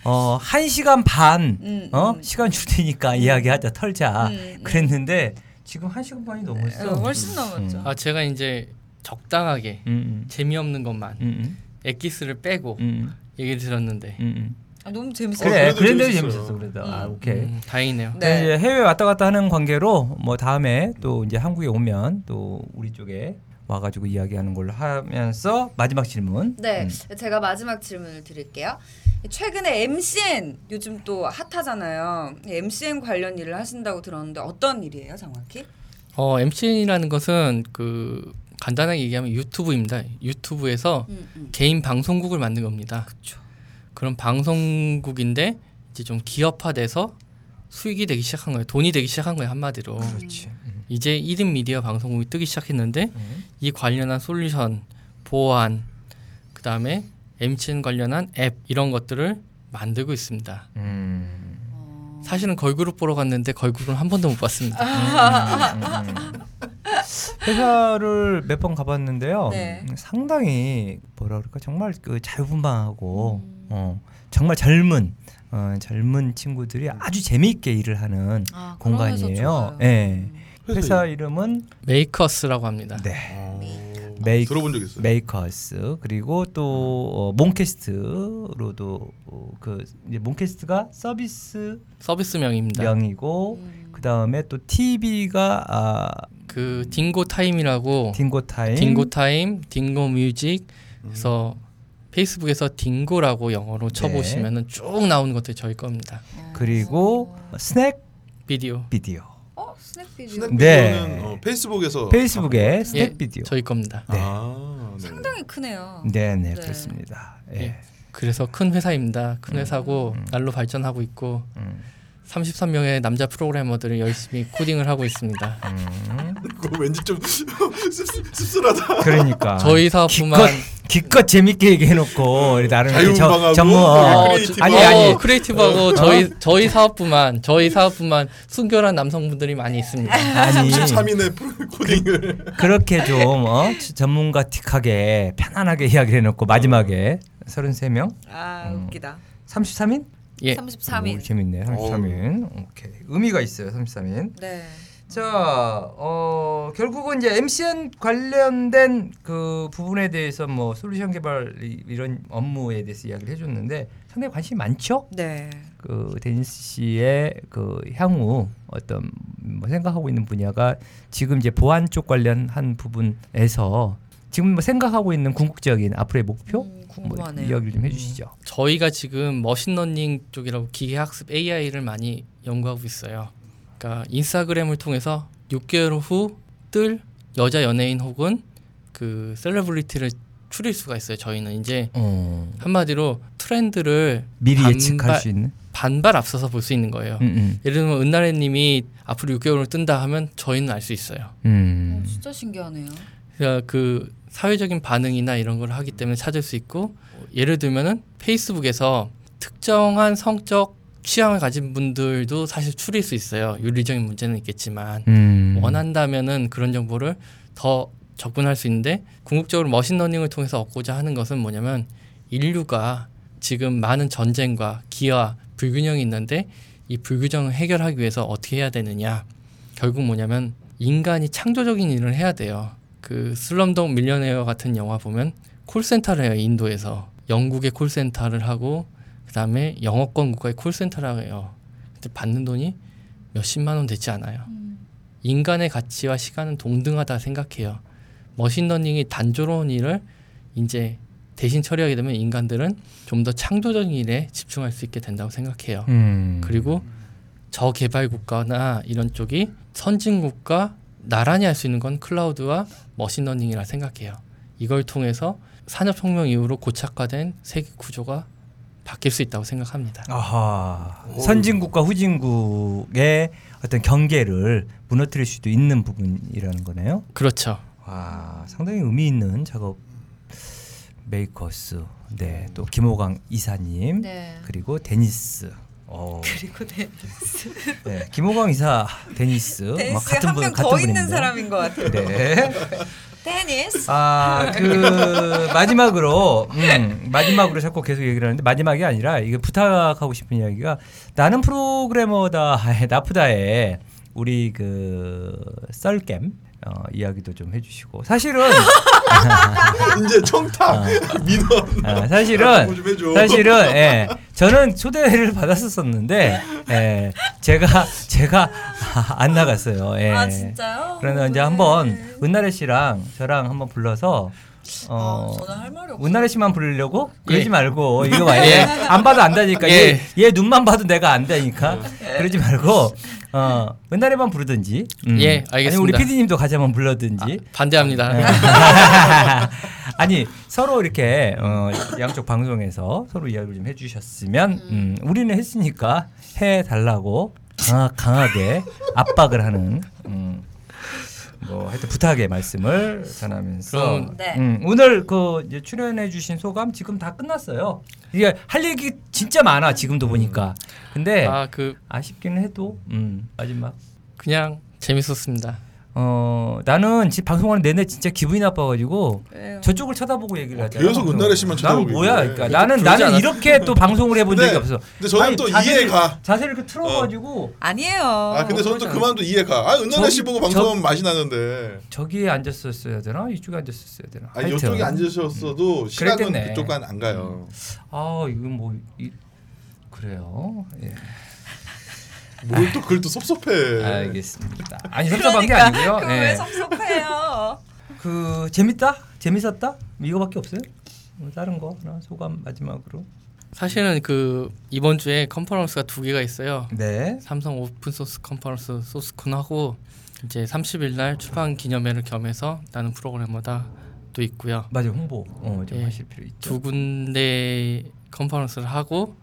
Speaker 1: 어 1시간 반
Speaker 4: 음,
Speaker 1: 어?
Speaker 4: 음.
Speaker 1: 시간 줄 테니까 이야기하자 털자
Speaker 4: 음, 음.
Speaker 1: 그랬는데 지금 1시간 반이 넘었어
Speaker 4: 어, 훨씬 넘었죠.
Speaker 3: 아 제가 이제 적당하게
Speaker 1: 음,
Speaker 3: 재미없는 것만
Speaker 1: 음, 음,
Speaker 3: 엑기스를 빼고
Speaker 1: 음, 음,
Speaker 3: 얘기를 들었는데
Speaker 1: 음, 음.
Speaker 4: 아, 너무 재밌어요.
Speaker 1: 그래
Speaker 2: 그래도
Speaker 1: 그랬는데
Speaker 2: 재밌었어요.
Speaker 1: 재밌었어 그래도 아
Speaker 4: 음.
Speaker 1: 오케이
Speaker 3: 음, 다행이네요.
Speaker 1: 네.
Speaker 4: 네.
Speaker 1: 이제 해외 왔다 갔다 하는 관계로 뭐 다음에 또 이제 한국에 오면 또 우리 쪽에 와가지고 이야기하는 걸로 하면서 마지막 질문.
Speaker 4: 네,
Speaker 1: 음.
Speaker 4: 제가 마지막 질문을 드릴게요. 최근에 MCN 요즘 또 핫하잖아요. MCN 관련 일을 하신다고 들었는데 어떤 일이에요, 정확히?
Speaker 3: 어, MCN이라는 것은 그 간단하게 얘기하면 유튜브입니다. 유튜브에서
Speaker 4: 음, 음.
Speaker 3: 개인 방송국을 만든 겁니다.
Speaker 4: 그쵸.
Speaker 3: 그런 방송국인데 이제 좀 기업화돼서 수익이 되기 시작한 거예요. 돈이 되기 시작한 거예요 한마디로.
Speaker 1: 그렇지. 음.
Speaker 3: 이제 1인 미디어 방송국이 뜨기 시작했는데
Speaker 1: 음.
Speaker 3: 이 관련한 솔루션, 보안, 그 다음에 MCN 관련한 앱 이런 것들을 만들고 있습니다.
Speaker 1: 음.
Speaker 4: 어.
Speaker 3: 사실은 걸그룹 보러 갔는데 걸그룹은 한 번도 못 봤습니다.
Speaker 1: 음. 회사를 몇 번 가봤는데요.
Speaker 4: 네.
Speaker 1: 음, 상당히 뭐라 그럴까 정말 그 자유분방하고
Speaker 4: 음.
Speaker 1: 어, 정말 젊은 어, 젊은 친구들이 아주 재미있게 일을 하는
Speaker 4: 아, 그런 회사
Speaker 1: 공간이에요.
Speaker 4: 좋아요.
Speaker 1: 예.
Speaker 2: 회사
Speaker 1: 회사 이름은
Speaker 3: 메이커스라고 합니다.
Speaker 1: 네.
Speaker 2: 어,
Speaker 1: 메이-
Speaker 2: 들어본 적 있어요.
Speaker 1: 메이커스 그리고 또 어, 몬캐스트로도 어, 그 이제 몬캐스트가 서비스
Speaker 3: 서비스명입니다.
Speaker 1: 명이고
Speaker 4: 음.
Speaker 1: 그 다음에 또 TV가 아,
Speaker 3: 그 딩고 타임이라고
Speaker 1: 딩고 타임,
Speaker 3: 어,
Speaker 1: 음.
Speaker 3: 딩고 타임, 딩고 뮤직 그래서 페이스북에서 딩고라고
Speaker 1: 네.
Speaker 3: 영어로 쳐보시면은 쭉 나오는 것들이 저희 겁니다.
Speaker 1: 그리고 스낵
Speaker 3: 비디오
Speaker 1: 비디오
Speaker 4: 어, 스냅 비디오.
Speaker 2: 스냅
Speaker 1: 네.
Speaker 2: 비디오는 어, 페이스북에서
Speaker 1: 페이스북에 스낵
Speaker 3: 예,
Speaker 1: 비디오
Speaker 3: 저희 겁니다.
Speaker 1: 네.
Speaker 2: 아, 네.
Speaker 4: 상당히 크네요.
Speaker 1: 네네
Speaker 4: 네.
Speaker 1: 그렇습니다 예.
Speaker 3: 예. 그래서 큰 회사입니다. 큰 회사고 날로 발전하고 있고
Speaker 1: 음.
Speaker 3: 33명의 남자 프로그래머들이 열심히 코딩을 하고 있습니다.
Speaker 1: 음.
Speaker 2: 그거 왠지 좀 씁쓸- 씁쓸하다.
Speaker 1: 그러니까
Speaker 3: 저희 사업뿐만
Speaker 1: 기껏 기껏 재밌게 얘기해놓고 우리 나름 이제 저-
Speaker 2: 자유분방하고
Speaker 1: 전문 어,
Speaker 2: 크리에이티브하고.
Speaker 1: 아니 아니
Speaker 3: 어, 크리에이티브하고 저희 저희 사업뿐만 저희 사업뿐만 순결한 남성분들이 많이 있습니다.
Speaker 1: 아니
Speaker 2: 33인의 프로 코딩을
Speaker 1: 그렇게 좀 어? 전문가틱하게 편안하게 이야기를 해놓고 마지막에 33명?
Speaker 4: 아, 웃기다.
Speaker 1: 33인?
Speaker 3: 예.
Speaker 4: 33인.
Speaker 1: 음. 오, 재밌네 33인 오케이 의미가 있어요 33인
Speaker 4: 네.
Speaker 1: 자 어, 결국은 이제 MCN 관련된 그 부분에 대해서 뭐 솔루션 개발 이- 이런 업무에 대해서 이야기를 해줬는데 상당히 관심이 많죠?
Speaker 4: 네.
Speaker 1: 그 데니스 씨의 그 향후 어떤 뭐 생각하고 있는 분야가 지금 이제 보안 쪽 관련한 부분에서 지금 뭐 생각하고 있는 궁극적인 앞으로의 목표
Speaker 4: 음,
Speaker 1: 뭐
Speaker 4: 궁금하네요.
Speaker 1: 이야기를 좀 해주시죠.
Speaker 3: 저희가 지금 머신러닝 쪽이라고 기계학습 AI를 많이 연구하고 있어요. 그러니까 인스타그램을 통해서 6개월 후 뜰 여자 연예인 혹은 그 셀러브리티를 추릴 수가 있어요. 저희는 이제
Speaker 1: 어.
Speaker 3: 한마디로 트렌드를
Speaker 1: 미리
Speaker 3: 음. 반발- 어.
Speaker 1: 예측할 수 있는.
Speaker 3: 반발 앞서서 볼 수 있는 거예요.
Speaker 1: 음, 음.
Speaker 3: 예를 들면 은나래님이 앞으로 6개월을 뜬다 하면 저희는 알 수 있어요.
Speaker 4: 어,
Speaker 1: 음.
Speaker 4: 진짜 신기하네요.
Speaker 3: 그러니까 그 사회적인 반응이나 이런 걸 하기 때문에 찾을 수 있고 예를 들면은 페이스북에서 특정한 성적 취향을 가진 분들도 사실 추릴 수 있어요. 윤리적인 문제는 있겠지만
Speaker 1: 음.
Speaker 3: 원한다면은 그런 정보를 더 접근할 수 있는데 궁극적으로 머신러닝을 통해서 얻고자 하는 것은 뭐냐면 인류가 지금 많은 전쟁과 기아 불균형이 있는데 이 불균형을 해결하기 위해서 어떻게 해야 되느냐 결국 뭐냐면 인간이 창조적인 일을 해야 돼요 그 슬럼독 밀리언웨어 같은 영화 보면 콜센터를 해요 인도에서 영국의 콜센터를 하고 그다음에 영어권 국가의 콜센터를 해요 근데 받는 돈이 몇십만 원 되지 않아요
Speaker 4: 음.
Speaker 3: 인간의 가치와 시간은 동등하다 생각해요. 머신러닝이 단조로운 일을 이제 대신 처리하게 되면 인간들은 좀 더 창조적인 일에 집중할 수 있게 된다고 생각해요.
Speaker 1: 음.
Speaker 3: 그리고 저개발 국가나 이런 쪽이 선진 국가 나란히 할 수 있는 건 클라우드와 머신러닝이라 생각해요. 이걸 통해서 산업혁명 이후로 고착화된 세계 구조가 바뀔 수 있다고 생각합니다.
Speaker 1: 아하. 선진국과 후진국의 어떤 경계를 무너뜨릴 수도 있는 부분이라는 거네요.
Speaker 3: 그렇죠.
Speaker 1: 와, 상당히 의미 있는 작업 메이커스. 네, 또 김호강 이사님
Speaker 4: 네.
Speaker 1: 그리고 데니스. 어,
Speaker 4: 그리고 네.
Speaker 1: 네, 김호강 이사,
Speaker 2: 어?
Speaker 1: 데니스, 막
Speaker 4: 데니스
Speaker 1: 같은 분 같은
Speaker 4: 한명더
Speaker 1: 분인데.
Speaker 4: 있는 사람인 것 같아요.
Speaker 1: 네.
Speaker 4: 데니스.
Speaker 1: 아, 그 마지막으로 음, 마지막으로 자꾸 계속 얘기를 하는데 마지막이 아니라 이게 부탁하고 싶은 이야기가 나는 프로그래머다 나프다의 우리 그 썰겜 어, 이야기도 좀 해주시고 사실은 그-
Speaker 2: 이제 청탁 민원
Speaker 1: 아, 사실은
Speaker 2: 뭐좀 해줘.
Speaker 1: 사실은 예, 저는 초대를 받았었었는데
Speaker 3: 네.
Speaker 1: 예, 제가 제가 안 나갔어요. 예.
Speaker 4: 아 진짜요?
Speaker 1: 그러나 이제
Speaker 4: 네.
Speaker 1: 한번 은나래 씨랑 저랑 한번 불러서 어
Speaker 4: 아, 저는 할 말이 없어요.
Speaker 1: 은나래 씨만 부르려고 그러지
Speaker 3: 예.
Speaker 1: 말고 이거 봐. 얘
Speaker 3: 예.
Speaker 1: 안 봐도 안다니까.
Speaker 3: 예.
Speaker 1: 얘, 얘 눈만 봐도 내가 안다니까.
Speaker 4: 예.
Speaker 1: 그러지 말고 어 은나래만 부르든지. 음.
Speaker 3: 예, 알겠습니다.
Speaker 1: 아니 우리 PD님도 같이 한번 불러든지.
Speaker 3: 반대합니다.
Speaker 1: 아니 서로 이렇게 어, 양쪽 방송에서 서로 이야기를 좀 해주셨으면 음, 우리는 했으니까 해달라고 강하, 강하게 압박을 하는 음, 뭐 하여튼 부탁의 말씀을 전하면서
Speaker 3: 그럼-
Speaker 4: 네.
Speaker 1: 음, 오늘 그 이제 출연해주신 소감 지금 다 끝났어요. 이게 할 얘기 진짜 많아 지금도 보니까 근데 아.
Speaker 3: 음. 아, 그
Speaker 1: 쉽기는 해도 음, 마지막.
Speaker 3: 그냥 재밌었습니다.
Speaker 1: 어 나는 지금 방송하는 내내 진짜 기분이 나빠가지고
Speaker 4: 왜요?
Speaker 1: 저쪽을 쳐다보고 얘기를 하잖아.
Speaker 2: 계속 은나래 씨만 쳐다보고
Speaker 1: 나는 뭐야?
Speaker 2: 얘기해.
Speaker 1: 그러니까 나는
Speaker 3: 그러지
Speaker 1: 나는
Speaker 3: 않았어?
Speaker 1: 이렇게 또 방송을 해본 적이
Speaker 2: 근데-
Speaker 1: 없어.
Speaker 2: 근데 저는
Speaker 1: 아니,
Speaker 2: 또
Speaker 1: 자세를-
Speaker 2: 이해가.
Speaker 1: 자세를 이렇게 틀어가지고
Speaker 4: 아니에요.
Speaker 2: 아 근데 저는 또
Speaker 1: 그러잖아요.
Speaker 2: 그만도 이해가. 아 은나래
Speaker 1: 저-
Speaker 2: 씨 보고
Speaker 1: 저-
Speaker 2: 방송하면 맛이 나는데.
Speaker 1: 저기에 앉았었어야 되나 이쪽에 앉았었어야 되나.
Speaker 2: 아니
Speaker 1: 하여튼. 음.
Speaker 2: 이쪽에 앉으셨어도 시각은
Speaker 1: 그랬겠네.
Speaker 2: 그쪽 간안 가요.
Speaker 1: 아 이건 뭐 이, 그래요. 예. 음.
Speaker 2: 뭘 또 그걸 또 섭섭해.
Speaker 1: 알겠습니다. 아니 섭섭한 게
Speaker 4: 그러니까
Speaker 1: 아니고요.
Speaker 4: 그거
Speaker 1: 예.
Speaker 4: 왜 섭섭해요?
Speaker 1: 그 재밌다, 재밌었다 이거밖에 없어요. 뭐 다른 거 하나 소감 마지막으로.
Speaker 3: 사실은 그 이번 주에 컨퍼런스가 두 개가 있어요.
Speaker 1: 네.
Speaker 3: 삼성 오픈 소스 컨퍼런스 소스콘하고 이제 30일 날 출판 기념회를 겸해서 나는 프로그래머다도 있고요.
Speaker 1: 맞아 요 홍보 어, 좀
Speaker 3: 예.
Speaker 1: 하실 필요 있죠.
Speaker 3: 두 군데 컨퍼런스를 하고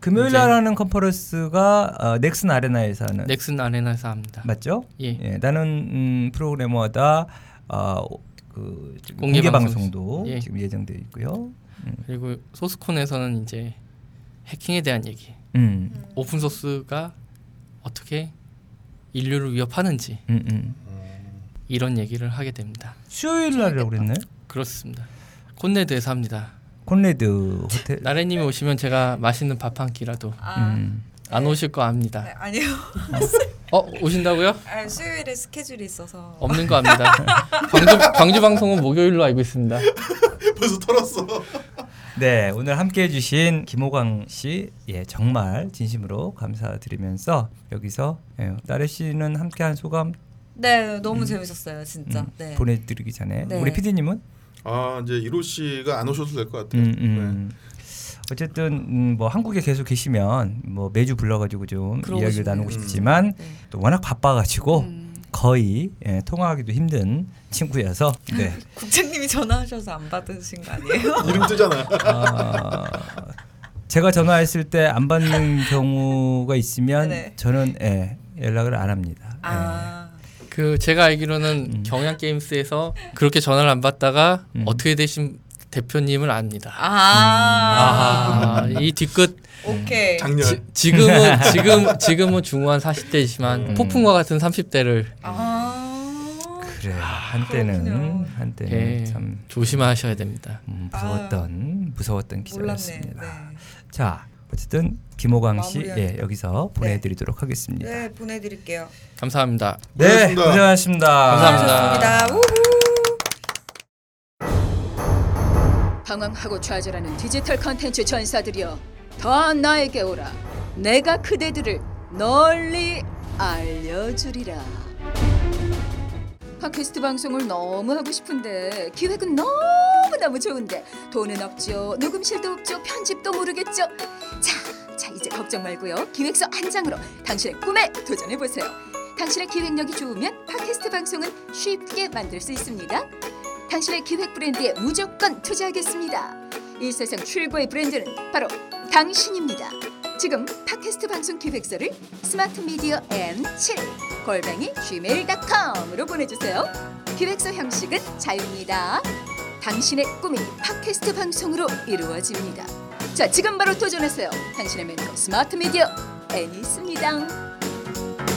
Speaker 1: 금요일
Speaker 3: 이제-
Speaker 1: 날 하는 컨퍼런스가 어, 넥슨 아레나에서 하는
Speaker 3: 넥슨 아레나에서 합니다.
Speaker 1: 맞죠?
Speaker 3: 예.
Speaker 1: 예, 나는 음, 프로그래머다 어, 그 지금
Speaker 3: 공개
Speaker 1: 공개
Speaker 3: 방송.
Speaker 1: 방송도
Speaker 3: 예.
Speaker 1: 지금 예정되어 있고요.
Speaker 3: 그리고 소스콘에서는 이제 해킹에 대한 얘기,
Speaker 1: 음,
Speaker 3: 오픈 소스가 어떻게 인류를 위협하는지
Speaker 1: 음, 음.
Speaker 3: 이런 얘기를 하게 됩니다.
Speaker 1: 수요일 날이라고 그랬나요?
Speaker 3: 그렇습니다. 콘네드에서 합니다.
Speaker 1: 콘레드 호텔.
Speaker 3: 나래님이 오시면 제가 맛있는 밥 한 끼라도
Speaker 4: 아
Speaker 1: 음.
Speaker 3: 안 오실 거
Speaker 4: 네,
Speaker 3: 압니다.
Speaker 4: 아니요.
Speaker 3: 어 오신다고요?
Speaker 4: 아, 수요일에 스케줄이 있어서.
Speaker 3: 없는 거 압니다. 광주 광주 방송은 목요일로 알고 있습니다.
Speaker 2: 벌써 털었어.
Speaker 1: 네, 오늘 함께 해주신 김호강 씨, 예, 정말 진심으로 감사드리면서 여기서 예, 나래 씨는 함께한 소감
Speaker 4: 네, 너무 재밌었어요, 진짜.
Speaker 1: 음,
Speaker 4: 네.
Speaker 1: 보내드리기 전에
Speaker 4: 네.
Speaker 1: 우리 PD님은
Speaker 2: 아 이제 이로 씨가 안 오셔도 될 것 같아요.
Speaker 1: 음, 음. 어쨌든 음, 뭐 한국에 계속 계시면 뭐 매주 불러가지고 좀
Speaker 4: 그러고
Speaker 1: 이야기를
Speaker 4: 싶네요.
Speaker 1: 나누고
Speaker 2: 음.
Speaker 1: 싶지만
Speaker 4: 네.
Speaker 1: 또 워낙 바빠가지고
Speaker 4: 음.
Speaker 1: 거의 예, 통화하기도 힘든 친구여서 네.
Speaker 4: 국장님이 전화하셔서 안 받으신 거 아니에요?
Speaker 2: 네. 이름 뜨잖아.
Speaker 1: 아, 제가 전화했을 때 안 받는 경우가 있으면
Speaker 4: 네.
Speaker 1: 저는 예, 연락을 안 합니다.
Speaker 4: 아
Speaker 3: 그 제가 알기로는
Speaker 1: 음.
Speaker 3: 경양 게임스에서 그렇게 전화를 안 받다가
Speaker 1: 음.
Speaker 3: 어떻게 되신 대표님을 압니다.
Speaker 4: 아,
Speaker 3: 아, 이 뒤끝
Speaker 4: 오케이.
Speaker 2: 작년.
Speaker 3: 지, 지금은 지금 지금은 중후한 40대이지만
Speaker 1: 음.
Speaker 3: 폭풍과 같은 30대를
Speaker 4: 아
Speaker 1: 예. 그래요. 한때는
Speaker 4: 그렇군요. 아.
Speaker 1: 한때는
Speaker 3: 예,
Speaker 1: 참
Speaker 3: 조심하셔야 됩니다.
Speaker 1: 음, 무서웠던 무서웠던
Speaker 4: 몰랐네.
Speaker 1: 기자였습니다.
Speaker 4: 네. 네.
Speaker 1: 자 어쨌든 김호광 씨
Speaker 4: 마무리하겠습니다.
Speaker 1: 예, 여기서 보내드리도록 하겠습니다.
Speaker 4: 네 보내드릴게요.
Speaker 3: 감사합니다.
Speaker 1: 네,
Speaker 2: 고생하셨습니다.
Speaker 1: 고생하셨습니다.
Speaker 3: 감사합니다.
Speaker 4: 좋습니다. 우후.
Speaker 5: 방황하고 좌절하는 디지털 컨텐츠 전사들이여 더 나에게 오라 내가 그대들을 널리 알려주리라 팟캐스트 방송을 너무 하고 싶은데 기획은 너무너무 좋은데 돈은 없죠 녹음실도 없죠 편집도 모르겠죠 자, 자 이제 걱정 말고요 기획서 한 장으로 당신의 꿈에 도전해보세요 당신의 기획력이 좋으면 팟캐스트 방송은 쉽게 만들 수 있습니다 당신의 기획 브랜드에 무조건 투자하겠습니다. 이 세상 최고의 브랜드는 바로 당신입니다. 지금 팟캐스트 방송 기획서를 스마트 미디어 M7 골뱅이 gmail.com으로 보내주세요. 기획서 형식은 자유입니다. 당신의 꿈이 팟캐스트 방송으로 이루어집니다. 자, 지금 바로 도전하세요. 당신의 멘토 스마트 미디어 N이 있습니다.